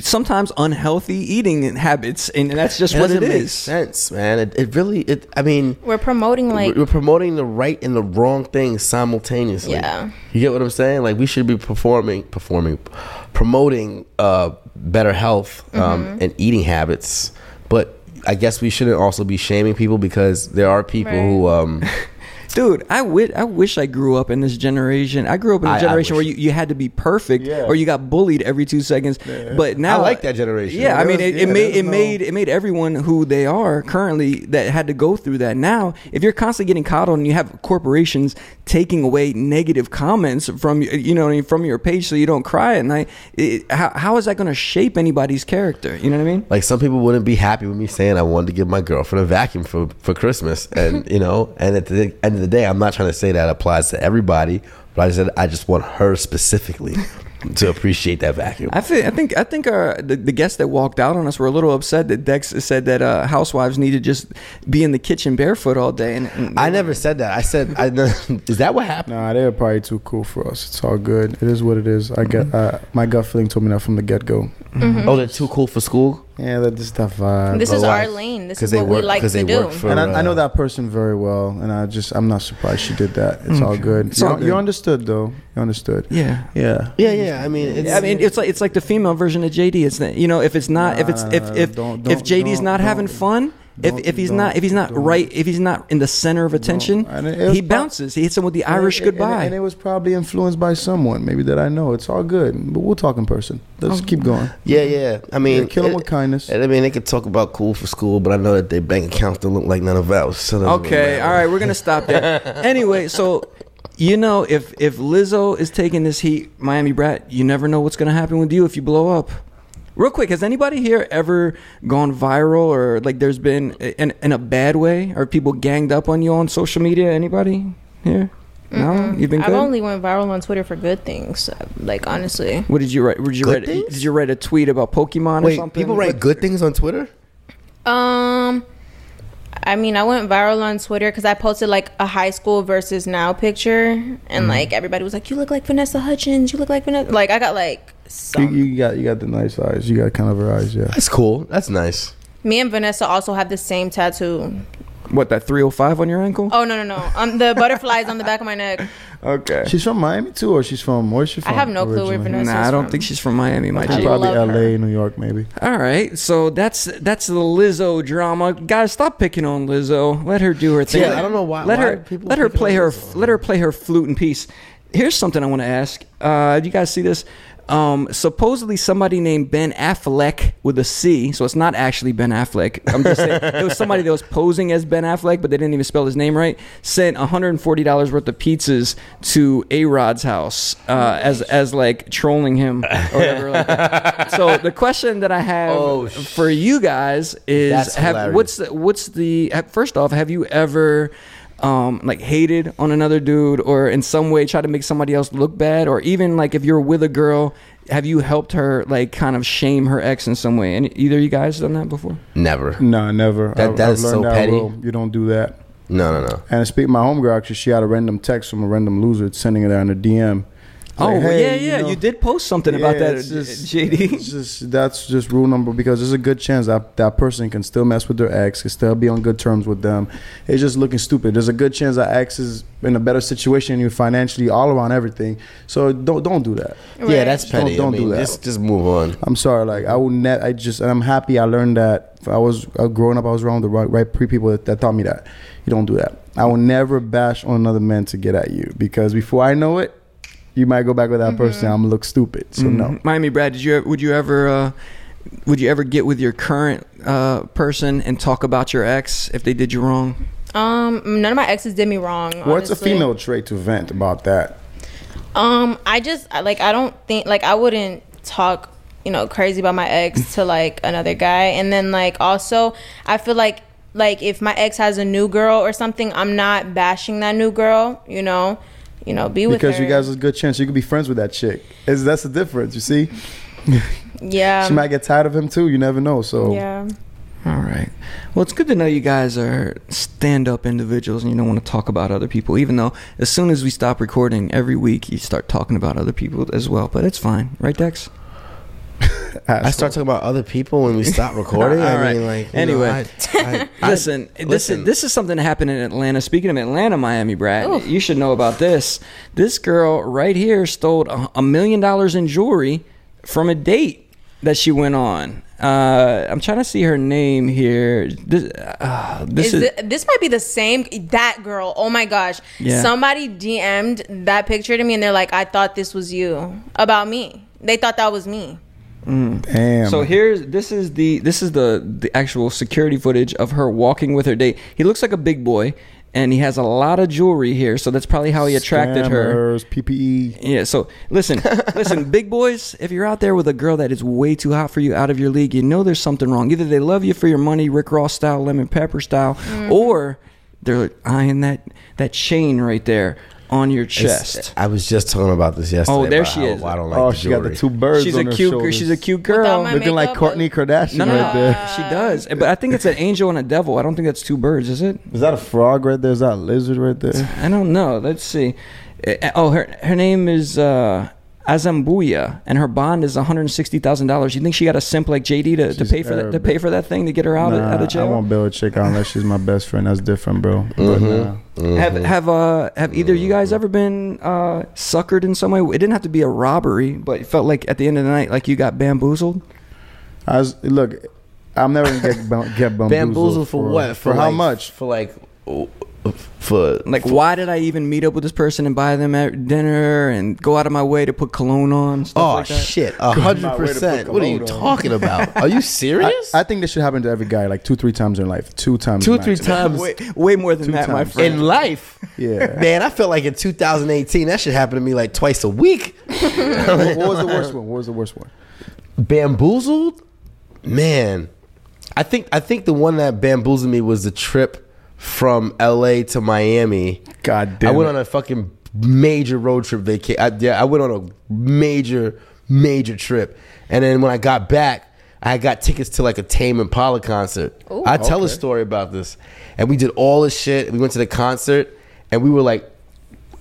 S2: sometimes unhealthy eating habits, and that's just
S5: It
S2: what it
S5: doesn't make
S2: is.
S5: sense, man. It, it really. It. I mean,
S1: we're promoting like
S5: we're promoting the right and the wrong things simultaneously.
S1: Yeah.
S5: You get what I'm saying? Like we should be performing, performing, promoting uh, better health um,
S1: Mm-hmm.
S5: and eating habits, but I guess we shouldn't also be shaming people because there are people who. Um,
S2: Dude, I wi- I wish I grew up in this generation. I grew up in
S5: I-
S2: a
S5: I
S2: generation where
S5: wish-
S2: you, you had to be perfect
S4: Yeah.
S2: or you got bullied every two seconds. But now
S5: I like that generation.
S2: Yeah, I
S4: There
S2: mean,
S4: was-
S2: it,
S4: yeah,
S2: it made
S4: there's
S2: it
S4: no-
S2: made it made everyone who they are currently that had to go through that. Now, if you're constantly getting coddled and you have corporations taking away negative comments from you you know what I mean, from your page so you don't cry at night, it, how, how is that going to shape anybody's character? You know what I mean?
S5: Like some people wouldn't be happy with me saying I wanted to give my girlfriend a vacuum for, for Christmas, and you know, and at the end of the day, I'm not trying to say that applies to everybody, but I said I just want her specifically to appreciate that vacuum.
S2: I feel, I think I think uh, the, the guests that walked out on us were a little upset that Dex said that uh, housewives need to just be in the kitchen barefoot all day. And, and
S5: I never said that. I said, I, is that what happened?
S4: Nah, they're probably too cool for us. It's all good. It is what it is. I get uh, my gut feeling told me that from the get go.
S5: Oh, they're too cool for school.
S4: Yeah, that just that vibe.
S1: Mm-hmm. this
S5: But
S1: is
S5: why?
S1: our lane. This
S5: 'Cause
S1: is
S5: they
S1: what we
S5: work-
S1: like
S5: 'cause
S1: to
S5: they
S1: do.
S5: work for-
S4: and I, I know
S5: uh,
S4: that person very well, and I just I'm not surprised she did that. It's all good.
S2: It's all
S4: You- you
S2: good.
S4: understood though. You understood.
S2: yeah.
S4: Yeah.
S5: Yeah, yeah. I mean, it's,
S2: I mean, it's like it's like the female version of JD. It's that you know, if it's not, if it's if
S4: Nah,
S2: if
S4: don't-
S2: if
S4: don't-
S2: JD's not
S4: don't-
S2: having
S4: don't-
S2: fun, if
S4: don't-
S2: if he's
S4: don't-
S2: not if he's not
S4: don't.
S2: right, if he's not in the center of attention,
S4: And it- it was
S2: he
S4: prob-
S2: bounces. He hits him with the
S4: And it-
S2: Irish
S4: and it-
S2: goodbye.
S4: And it was probably influenced by someone, maybe that I know. It's all good, but we'll talk in person. Let's keep going.
S5: yeah, yeah. I mean,
S4: Yeah, kill 'em with kindness.
S5: I mean, they could talk about cool for school, but I know that their bank accounts don't look like none of ours. So it doesn't really
S2: Okay,
S5: matter.
S2: all right, we're gonna stop there. anyway, so you know, if if Lizzo is taking this heat, Miami Brat, you never know what's gonna happen with you if you blow up. Real quick, has anybody here ever gone viral or like there's been in, in a bad way? Are people ganged up on you on social media? Anybody here? No, you've been
S1: I've
S2: good.
S1: only went viral on Twitter for good things. Like honestly,
S2: what did you write? Did you
S5: Good
S2: write?
S5: things?
S2: Did you write a tweet about Pokemon or
S5: Wait,
S2: something?
S5: people write good things on Twitter.
S1: um. I mean, I went viral on Twitter because I posted like a high school versus now picture, and
S4: Mm-hmm.
S1: like everybody was like, "You look like Vanessa Hudgens. You look like Vanessa." Like I got like
S4: You,
S1: some.
S4: you got you got the nice eyes. You got kind of her eyes. Yeah.
S5: That's cool. That's nice.
S1: Me and Vanessa also have the same tattoo.
S2: What that 305 on your ankle?
S1: Oh no no no! Um, the butterflies on the back of my neck.
S2: okay.
S4: She's from Miami too, or she's from where's she
S1: I
S4: from?
S1: have no clue where
S4: originally?
S1: Vanessa.
S2: Nah, I don't
S1: from.
S2: think she's from Miami, my
S1: I
S2: G.
S4: Probably
S1: love
S4: L.A.,
S1: her.
S4: New York, maybe.
S2: All right, so that's that's the Lizzo drama, guys. Stop picking on Lizzo. Let her do her thing.
S5: Yeah, I don't know why-
S2: Let
S5: why
S2: her
S5: people
S2: let her
S5: picking on
S2: play her
S5: Lizzo?
S2: let her play her flute in peace. Here's something I want to ask. Uh, do you guys see this? Um, supposedly somebody named Ben Affleck with a C, so it's not actually Ben Affleck. I'm just saying it was somebody that was posing as Ben Affleck, but they didn't even spell his name right. Sent 140 dollars worth of pizzas to A Rod's house uh, as as like trolling him or whatever. like that. So the question that I have
S5: Oh,
S2: for you guys is
S5: That's
S2: have,
S5: hilarious.
S2: what's the, what's the ha- first off have you ever um, like hated on another dude or in some way try to make somebody else look bad or even like if you're with a girl have you helped her like kind of shame her ex in some way and either you guys done that before
S5: Never.
S4: No, never.
S5: That-
S4: I-
S5: that
S4: I've
S5: is
S4: learned
S5: so
S4: that
S5: petty.
S4: rule. You don't do that.
S5: No, no, no.
S4: And speak my homegirl actually, she had a random text from a random loser sending her down a DM. It's
S2: oh
S4: like, hey,
S2: yeah yeah you,
S4: know,
S2: did post something about
S4: yeah,
S2: that
S4: it's just-
S2: jd
S4: it's just- that's just rule number because there's a good chance that that person can still mess with their ex, can still be on good terms with them. It's just looking stupid. There's a good chance that ex is in a better situation than you financially, all around everything. So don't don't do that.
S5: Yeah,
S1: Right.
S5: that's
S4: Don't-
S5: petty.
S4: don't
S5: I
S4: do
S5: mean,
S4: that.
S5: Just, just move on.
S4: I'm sorry, like I would net. I just and I'm happy I learned that. I was uh, growing up, I was around the right, right pre people that, that taught me that you don't do that. I will never bash on another man to get at you because before I know it, you might go back with that
S2: Mm-hmm.
S4: person. I'm gonna look stupid. So no.
S2: miami brad did you would you ever uh, would you ever get with your current uh, person and talk about your ex if they did you wrong
S1: Um, none of my exes did me wrong.
S4: What's a
S1: honestly.
S4: female trait to vent about that?
S1: Um, I just I- like I don't think like I wouldn't talk you know crazy about my ex to like another guy, and then like also I feel like like if my ex has a new girl or something, I'm not bashing that new girl. You know, you know, be with
S4: Because
S1: her.
S4: you guys, there's a good chance you could be friends with that chick. Is that's the difference? You see,
S1: yeah,
S2: Um,
S4: she might get tired of him too. You never know. So
S1: yeah.
S2: All right. Well, it's good to know you guys are stand up individuals and you don't want to talk about other people, even though as soon as we stop recording every week, you start talking about other people as well. But it's fine, right, Dex?
S5: I start talking about other people when we stop recording.
S2: All
S5: I
S2: right.
S5: mean, like you
S2: Anyway.
S5: I- I-
S2: Listen,
S5: I-
S2: this is this is something that happened in Atlanta. Speaking of Atlanta, Miami Brad, you should know about this. This girl right here stole a, a million dollars in jewelry from a date that she went on. Uh, I'm trying to see her name here. This, uh, this
S1: Is
S2: is,
S1: thi- this might be the same that girl. Oh my gosh.
S2: Yeah.
S1: Somebody DM'd that picture to me and they're like, I thought this was you. About me. They thought that was me.
S4: damn.
S2: So here's this is the this is the the actual security footage of her walking with her date. He looks like a big boy, and he has a lot of jewelry here, so that's probably how he attracted her.
S4: Scammers, E. PPE.
S2: Yeah. So listen, listen, big boys, if you're out there with a girl that is way too hot for you, out of your league, you know there's something wrong. Either they love you for your money, Rick Ross style, lemon pepper style,
S1: Mm-hmm.
S2: or they're eyeing that that chain right there on your
S5: it's-
S2: chest.
S5: I was just talking about this yesterday.
S2: Oh, there
S5: about
S2: she
S5: how-
S2: is.
S5: why I don't like
S4: Oh,
S5: the
S4: she got the
S5: jewelry.
S4: two birds.
S2: She's a
S4: on her
S2: cute. girl
S4: shoulders.
S2: She's a cute girl.
S1: Without my
S4: Looking like
S1: Makeup,
S4: Courtney Kardashian
S2: No, no,
S4: right there.
S2: she does. But I think it's an angel and a devil. I don't think that's two birds, is it?
S4: Is that a frog right there? Is that a lizard right there?
S2: I don't know. Let's see. Uh, Oh, her her name is uh, Azambuya, and her bond is one hundred sixty thousand dollars. You think she got a simp like JD to, to
S4: She's
S2: pay for that to
S4: Arabic.
S2: pay for that thing to get her out, of, out
S4: Nah,
S2: of
S4: I
S2: jail?
S4: won't build a chick out unless she's my best friend. That's different, bro. But nah.
S2: Have have uh have either of you guys ever been uh suckered in some way? It didn't have to be a robbery, but it felt like at the end of the night, like you got bamboozled.
S4: I was, look, I'm never gonna get bam- get bamboozled,
S5: bamboozled for, what?
S4: For, how
S5: like-
S4: much?
S5: For like oh, for
S2: Like, why did I even meet up with this person and buy them at dinner and go out of my way to put cologne on? Stuff
S5: Oh
S2: like that?
S5: shit, a
S4: my
S5: hundred
S4: way to
S5: percent.
S4: put
S5: What are you
S4: cologne on.
S5: talking about? Are you
S4: I,
S5: serious?
S4: I think this should happen to every guy like two, three times in life. Two times.
S5: Two,
S4: max.
S5: three times
S2: way, way more than
S4: Two
S2: that, my
S4: times.
S2: friend.
S5: in life.
S4: Yeah.
S5: man, I felt like in 2018 that should happen to me like twice a week.
S4: what, what was the worst one? What was the worst one?
S5: bamboozled man i think i think the one that bamboozled me was the trip from la to miami
S4: God damn
S5: i went
S4: it.
S5: on a fucking major road trip vacation I, yeah i went on a major major trip and then when i got back i got tickets to like a tame impala concert i tell a story about this and we did all this shit we went to the concert and we were like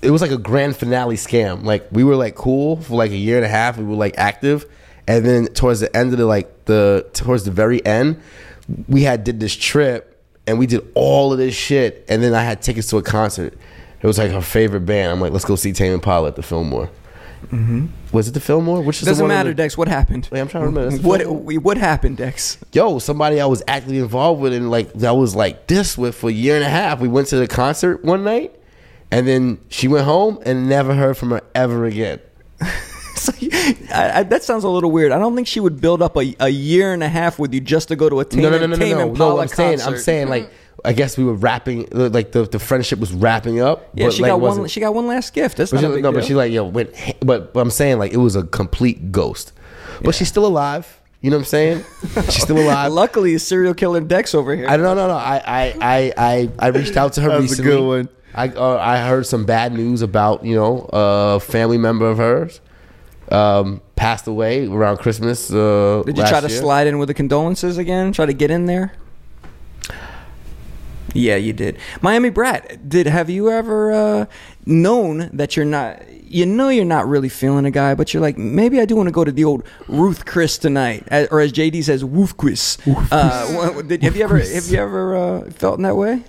S5: it was like a grand finale scam. Like we were like cool for like a year and a half. We were like active, and then towards the end of the like the towards the very end, we had did this trip and we did all of this shit, and then I had tickets to a concert. It was like her favorite band. I'm like, let's go see Tame Impala at the Fillmore. Was it the Fillmore? Which is the
S2: Mm-hmm. Doesn't
S5: one on
S2: matter,
S5: the-
S2: Dex. What happened?
S5: Wait, I'm trying to remember. That's the
S2: What
S5: Fillmore?
S2: we- what happened, Dex?
S5: yo, somebody I was actively involved with and like that was like this with for a year and a half. We went to the concert one night and then she went home and never heard from her ever again.
S2: It's like- I, I, that sounds a little weird. I don't think she would build up a, a year and a half with you just to go to a tame,
S5: No, no, no, no,
S2: tame
S5: no, no.
S2: Impala
S5: no I'm saying, I'm
S2: concert.
S5: saying like I guess we were wrapping like the, the friendship was wrapping up.
S2: Yeah, she
S5: like,
S2: got one.
S5: wasn't-
S2: She got one last gift. That's
S5: But
S2: not
S5: she,
S2: a big
S5: no, but
S2: deal.
S5: she like yo went, but, but I'm saying like it was a complete ghost. But she's still alive. You know what I'm saying? she's still alive.
S2: Luckily, serial killer Dex over here.
S5: I no no no. I I I I, I reached out to her
S4: That was a
S5: recently.
S4: good one.
S5: I uh, I heard some bad news about you know a family member of hers um, passed away around Christmas. Uh,
S2: Did you
S5: last
S2: try to
S5: year.
S2: slide in with the condolences again? Try to get in there? Yeah, you did. Miami Brat, did have you ever uh, known that you're not you know you're not really feeling a guy, but you're like, maybe I do want to go to the old Ruth Chris tonight, as, or as JD says, Woof Quiz. Uh, wh- did, have you ever have you ever uh, felt in that way?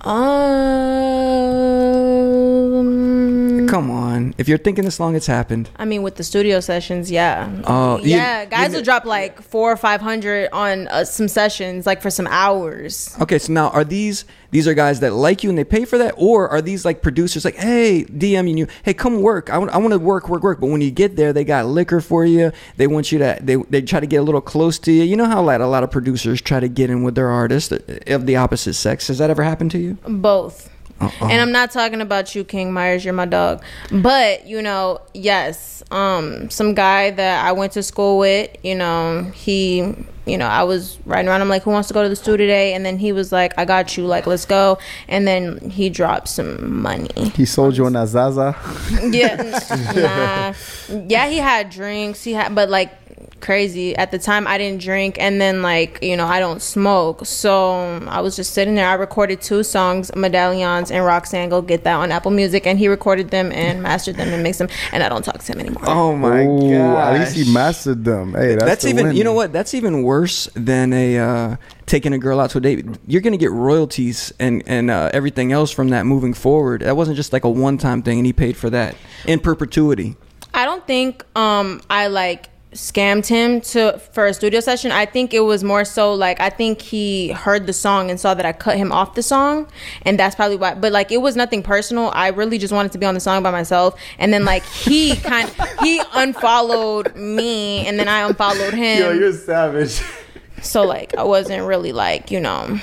S1: Um,
S2: Come Come on. If you're thinking this long, it's happened.
S1: I mean, with the studio sessions, yeah.
S2: Oh, you-
S1: yeah. guys
S2: you-
S1: will drop like four or five hundred on uh, some sessions, like for some hours.
S2: Okay, so now are these these are guys that like you and they pay for that, or are these like producers like, hey, DMing you, hey, come work. I want I want to work, work, work. But when you get there, they got liquor for you. They want you to they they try to get a little close to you. You know how like a lot of producers try to get in with their artists uh, of the opposite sex. Has that ever happened to you?
S1: Both.
S2: Uh-uh.
S1: And I'm not talking about you, King Myers. You're my dog. But you know, yes, um, some guy that I went to school with. You know, he. You know, I was riding around. I'm like, who wants to go to the studio today? And then he was like, I got you. Like, let's go. And then he dropped some money.
S4: He sold you on that Zaza.
S1: Yeah, n- nah. yeah. He had drinks. He had, but like crazy at the time. I didn't drink, and then like you know, I don't smoke, so I was just sitting there. I recorded two songs, Medallions and Roxanne. Go get that on Apple Music, and he recorded them and mastered them and mixed them. And I don't talk to him anymore.
S2: Oh my
S4: Ooh,
S2: god!
S4: At least he mastered them. Hey, that's,
S2: that's
S4: the
S2: even
S4: win.
S2: you know what that's even worse than a uh, taking a girl out to a date you're gonna get royalties and and uh, everything else from that moving forward that wasn't just like a one-time thing and he paid for that in perpetuity
S1: I don't think um I like scammed him to for a studio session. I think it was more so like I think he heard the song and saw that I cut him off the song and that's probably why but like it was nothing personal. I really just wanted to be on the song by myself and then like he kind he unfollowed me and then I unfollowed him.
S4: Yo, you're savage.
S1: so like I wasn't really like, you know,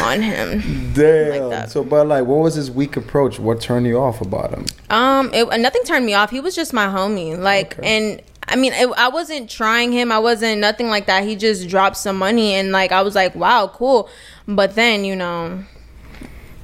S1: on him.
S4: Damn.
S1: that.
S4: so, but like, what was his weak approach? What turned you off about him?
S1: Um, it, nothing turned me off. He was just my homie. Like, and I mean, it, I wasn't trying him. I wasn't nothing like that. He just dropped some money, and like, I was like, wow, cool. But then, you know,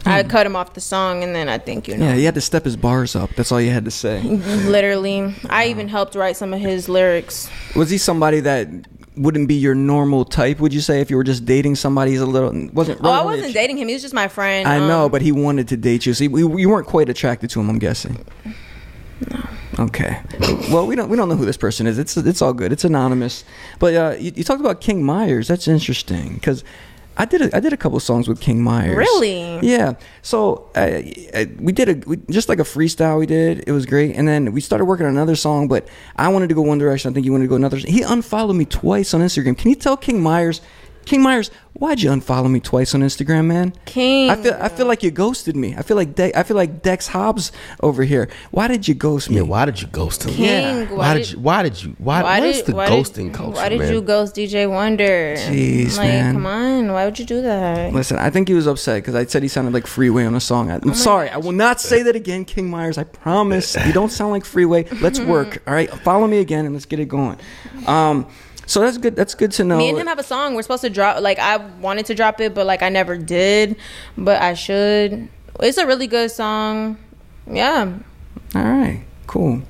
S1: I
S2: Hmm.
S1: cut him off the song, and then I think, you know,
S2: yeah he had to step his bars up that's all you had to say
S1: literally, I even helped write some of his lyrics.
S2: was he somebody that wouldn't be your normal type would you say if you were just dating somebody he's a little wasn't
S1: Oh, I
S2: wrong with
S1: wasn't
S2: it.
S1: dating him. He was just my friend.
S2: I know,
S1: Um,
S2: but he wanted to date you. So you, you weren't quite attracted to him, I'm guessing. Okay. Well, we don't we don't know who this person is. It's it's all good. It's anonymous. But uh, you, you talked about King Myers. That's interesting because I did a, I did a couple songs with King Myers.
S1: Really?
S2: Yeah. So uh, I, we did a we, just like a freestyle. We did. It was great. And then we started working on another song. But I wanted to go one direction. I think he wanted to go another. He unfollowed me twice on Instagram. Can you tell King Myers? King Myers, why'd you unfollow me twice on Instagram, man?
S1: King.
S2: I feel I feel like you ghosted me. I feel like De- I feel like Dex Hobbs over here. Why did you ghost me?
S5: Yeah, why did you ghost him?
S1: King,
S5: why,
S1: why
S5: did,
S1: did-
S5: you? Why did you? Why?
S1: Why
S5: what is
S1: did,
S5: the
S1: why
S5: ghosting
S1: did,
S5: culture,
S1: Why did
S5: man?
S1: you ghost DJ Wonder?
S2: Jeez,
S1: like,
S2: man.
S1: come on. Why would you do that?
S2: Listen, I think he was upset because I said he sounded like Freeway on a song. I,
S1: Oh
S2: am sorry, I will not say that again, King Myers. I promise. You don't sound like Freeway. Let's work. All right, follow me again and let's get it going. Um, so that's good. That's good to know.
S1: Me and him have a song. We're supposed to drop. Like I wanted to drop it, but like I never did. But I should. It's a really good song. Yeah.
S2: All right, cool.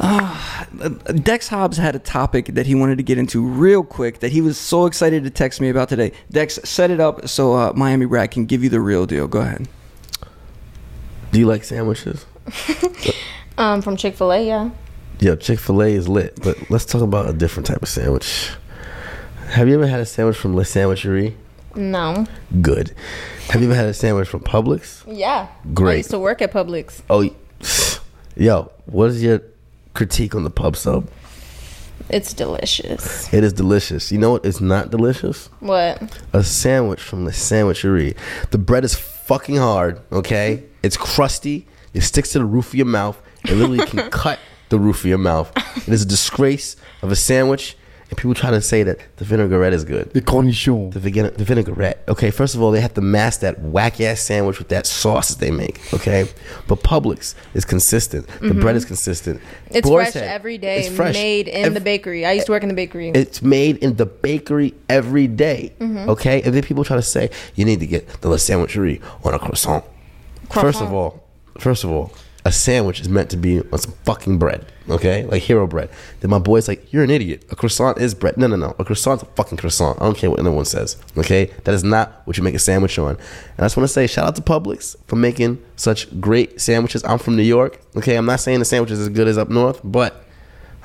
S2: Uh, Dex Hobbs had a topic that he wanted to get into real quick that he was so excited to text me about today. Dex, set it up so uh, Miami Brad can give you the real deal. Go ahead.
S5: Do you like sandwiches?
S1: Um, from Chick Fil A. Yeah.
S5: Yeah, Chick Fil A is lit, but let's talk about a different type of sandwich. Have you ever had a sandwich from La Sandwicherie?
S1: No.
S5: Good. Have you ever had a sandwich from Publix?
S1: Yeah.
S5: Great.
S1: I used to work at Publix.
S5: Oh, y- yo, what is your critique on the pub sub?
S1: It's delicious.
S5: It is delicious. You know what? It's not delicious.
S1: What?
S5: a sandwich from the sandwichery. The bread is fucking hard, okay? It's crusty. It sticks to the roof of your mouth. It literally can cut the roof of your mouth. It is a disgrace of a sandwich. And people try to say that the vinaigrette is good.
S4: The cornichon.
S5: The, vina- the vinaigrette. Okay, first of all, they have to mask that whack ass sandwich with that sauce that they make. Okay, but Publix is consistent. The bread is consistent.
S1: Mm-hmm. It's
S5: Boar's
S1: fresh
S5: Head,
S1: every day.
S5: it's fresh.
S1: Made in
S5: Ev-
S1: the bakery. I used to work in the bakery.
S5: it's made in the bakery every day, Okay, and then people try to say you need to get the La Sandwicherie on a croissant. First of
S1: Croissant.
S5: all, first of all, a sandwich is meant to be on some fucking bread. Okay, like hero bread. Then my boy's like, "You're an idiot. A croissant is bread. No, no, no. A croissant's a fucking croissant. I don't care what anyone says. Okay, that is not what you make a sandwich on." And I just want to say, shout out to Publix for making such great sandwiches. I'm from New York. Okay, I'm not saying the sandwich is as good as up north, but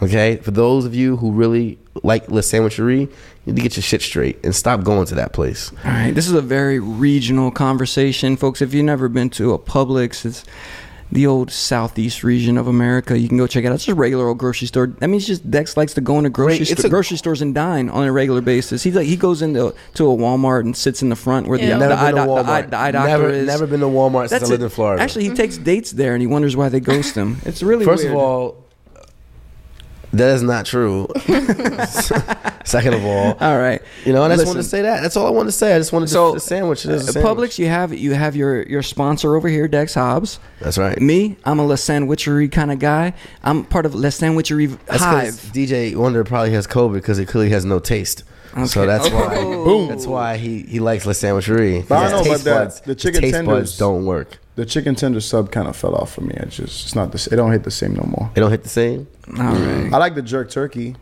S5: Okay, for those of you who really like La Sandwicherie, you need to get your shit straight and stop going to that place.
S2: All right, this is a very regional conversation, folks. If you've never been to a Publix, it's the old southeast region of America. You can go check it out. It's just a regular old grocery store. That means just Dex likes to go into grocery,
S5: Great. It's
S2: sto-
S5: a-
S2: grocery stores and dine on a regular basis. He's like he goes into to a Walmart and sits in the front where the,
S1: Yeah.
S2: the,
S5: Never
S2: eye,
S5: been to
S2: doc- the, eye,
S5: Walmart.
S2: the eye doctor
S5: Never-
S2: is.
S5: never been to Walmart since I lived
S2: it.
S5: in Florida.
S2: Actually, he takes dates there and he wonders why they ghost him. It's really
S5: First
S2: weird.
S5: of all, that is not true. Second of all,
S2: all right.
S5: you know, and I just
S2: Listen.
S5: wanted to say that. That's all I wanted to say. I just wanted
S2: So,
S5: to the sandwich. It is a
S2: Uh,
S5: sandwich.
S2: Publix, you have you have your your sponsor over here, Dex Hobbs.
S5: That's right.
S2: Me, I'm a La Sandwichery kind of guy. I'm part of La Sandwichery
S5: That's 'cause
S2: Hive.
S5: DJ Wonder probably has COVID because he clearly has no taste. So
S2: Okay.
S5: that's why.
S2: Oh.
S5: That's why he, he likes La Sandwicherie.
S4: But I
S5: His
S4: don't know
S5: taste
S4: about that.
S5: buds-
S4: The
S5: his
S4: chicken
S5: taste buds
S4: tenders-
S5: don't work.
S4: The chicken tender sub kind of fell off for me. It's just it's not the s- it don't hit the same no more.
S5: They don't hit the same.
S2: All right.
S4: I like the jerk turkey,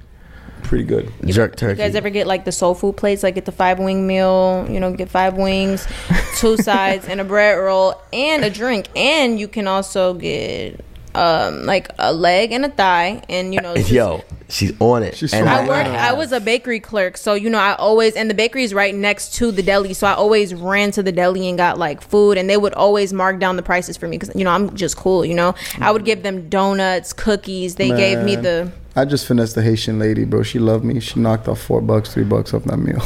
S4: pretty good.
S5: Jerk
S1: You
S5: turkey.
S1: guys ever get like the soul food plates? Like get the five wing meal, you know, get five wings, two sides, and a bread roll, and a drink. And you can also get um like a leg and a thigh, and you know, it's just-
S5: Yo, she's on it.
S4: She's
S5: And
S4: so
S1: I
S4: on
S5: I-
S4: it.
S1: work. I was a bakery clerk, so you know I always and the bakery is right next to the deli, so I always ran to the deli and got like food, and they would always mark down the prices for me because you know I'm just cool. You know, I would give them donuts, cookies. They gave me
S4: Man,
S1: the
S4: I just finessed the Haitian lady, bro. She loved me. She knocked off four bucks, three bucks off that meal.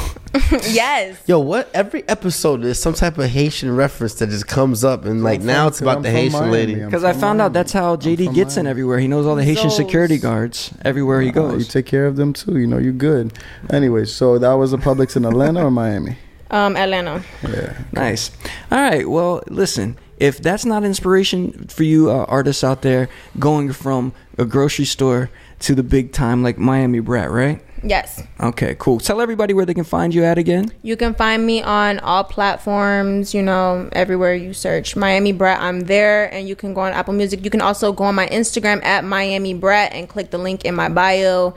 S1: yes.
S5: Yo, what? Every episode there's some type of Haitian reference that just comes up, and like now it's about the Haitian lady.
S2: Because I found out that's how JD gets in everywhere. He knows all the Haitian
S1: Those.
S2: security guards everywhere he
S4: You
S2: goes.
S4: take care of them too. You know, you good. Anyway, so that was a Publix in Atlanta or Miami.
S1: Um, Atlanta.
S4: Yeah.
S2: Nice. All right. Well, listen. If that's not inspiration for you uh, artists out there, going from a grocery store to the big time like Miami Brat, right?
S1: Yes.
S2: Okay, cool. Tell everybody where they can find you at again.
S1: You can find me on all platforms, you know, everywhere you search Miami Brat. I'm there, and you can go on Apple Music. You can also go on my Instagram at Miami Brat and click the link in my bio,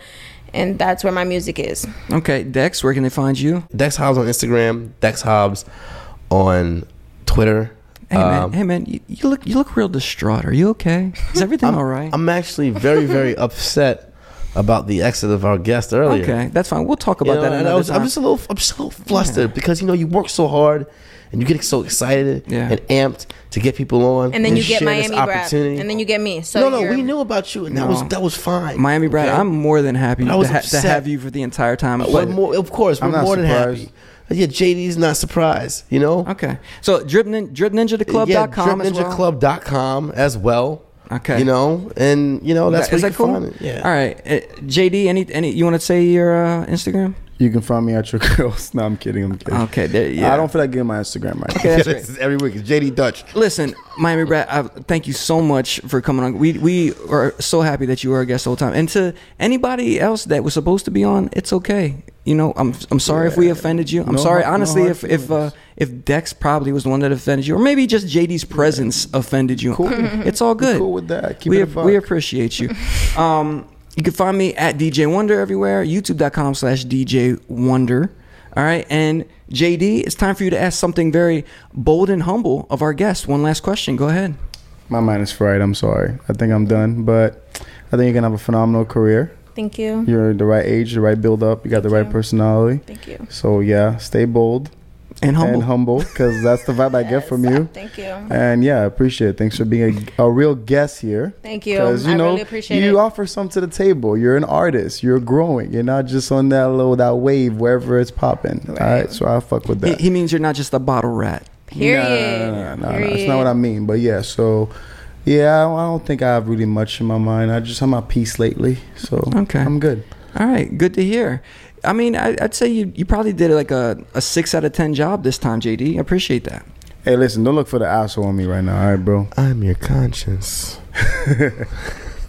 S1: and that's where my music is.
S2: Okay, Dex, where can they find you?
S5: Dex Hobbs on Instagram. Dex Hobbs on Twitter.
S2: Hey man,
S5: Um,
S2: hey man, you, you look you look real distraught. Are you okay? Is everything all right?
S5: I'm actually very, very upset about the exit of our guest earlier.
S2: okay, that's fine. We'll talk about
S5: You know,
S2: that
S5: and
S2: another
S5: I was,
S2: time.
S5: I'm just a little, I'm just a little flustered because you know you work so hard and you get so excited
S2: Yeah.
S5: and amped to get people on,
S1: And then you get
S5: share this
S1: Miami Brat,
S5: opportunity.
S1: and then you get me. So
S5: no, no,
S1: you're-
S5: we knew about you, and
S2: No.
S5: that was that was fine.
S2: Miami Brad,
S5: okay?
S2: I'm more than happy
S5: But
S2: to,
S5: I was
S2: ha- to
S5: upset.
S2: have you for the entire time.
S5: Well,
S2: But-
S5: more, of course, we're
S4: I'm not
S5: more
S4: surprised.
S5: than happy. Uh, Yeah, JD's not surprised, you know. Uh,
S2: okay, so drip nin- drip ninja the club
S5: yeah,
S2: dot com as well.
S5: DripNinjaClub.com as well.
S2: Okay.
S5: you know, and you know that's where
S2: is
S5: you
S2: that
S5: can
S2: cool?
S5: find it. Yeah,
S2: All right, uh, JD, any any you want to say your uh, Instagram?
S4: You can find me at your girls. No, I'm kidding. I'm kidding.
S2: Okay, there, yeah.
S4: I don't feel like getting my Instagram right.
S2: Okay,
S5: Yeah,
S2: that's
S5: this is every week. It's JD Dutch.
S2: Listen, Miami Brad, I, thank you so much for coming on. We we are so happy that you were a guest the whole time. And to anybody else that was supposed to be on, it's okay. You know, I'm I'm sorry if we offended you. I'm
S4: No
S2: sorry,
S4: har- no
S2: honestly,
S4: hard
S2: if if uh, if Dex probably was the one that offended you, or maybe just JD's presence offended you.
S4: Cool.
S2: It's all good.
S4: cool with that. Keep
S2: we
S4: it a
S2: ap-
S4: buck.
S2: we appreciate you. Um, you can find me at DJ Wonder everywhere. YouTube.com slash DJ Wonder. All right, and JD, it's time for you to ask something very bold and humble of our guest. One last question. Go ahead.
S4: My mind is fried. I'm sorry. I think I'm done, but I think you're gonna have a phenomenal career.
S1: Thank you.
S4: You're the right age, the right build up. You got the right personality.
S1: Thank you.
S4: So yeah, stay bold
S2: And humble.
S4: and humble because that's the vibe I get from you.
S1: Thank you.
S4: And yeah, I appreciate it. Thanks for being a, a real guest here.
S1: Thank you.
S4: 'Cause,
S1: I really appreciate
S4: you
S1: it.
S4: offer some to the table. You're an artist. You're growing. You're not just on that low that wave wherever it's popping. All right, so I fuck with
S2: he,
S4: that.
S2: he means you're not just a bottle rat.
S1: Period.
S4: No, no, no, no, no, no,
S1: Period.
S4: That's not what I mean. But yeah, so yeah, I don't, I don't think I have really much in my mind. I just I'm at peace lately, so
S2: Okay.
S4: I'm good.
S2: All right, good to hear. I mean, I, I'd say you, you probably did like a, a six out of ten job this time, JD. I appreciate that.
S4: Hey, listen, don't look for the asshole on me right now, all right, bro.
S5: I'm your conscience.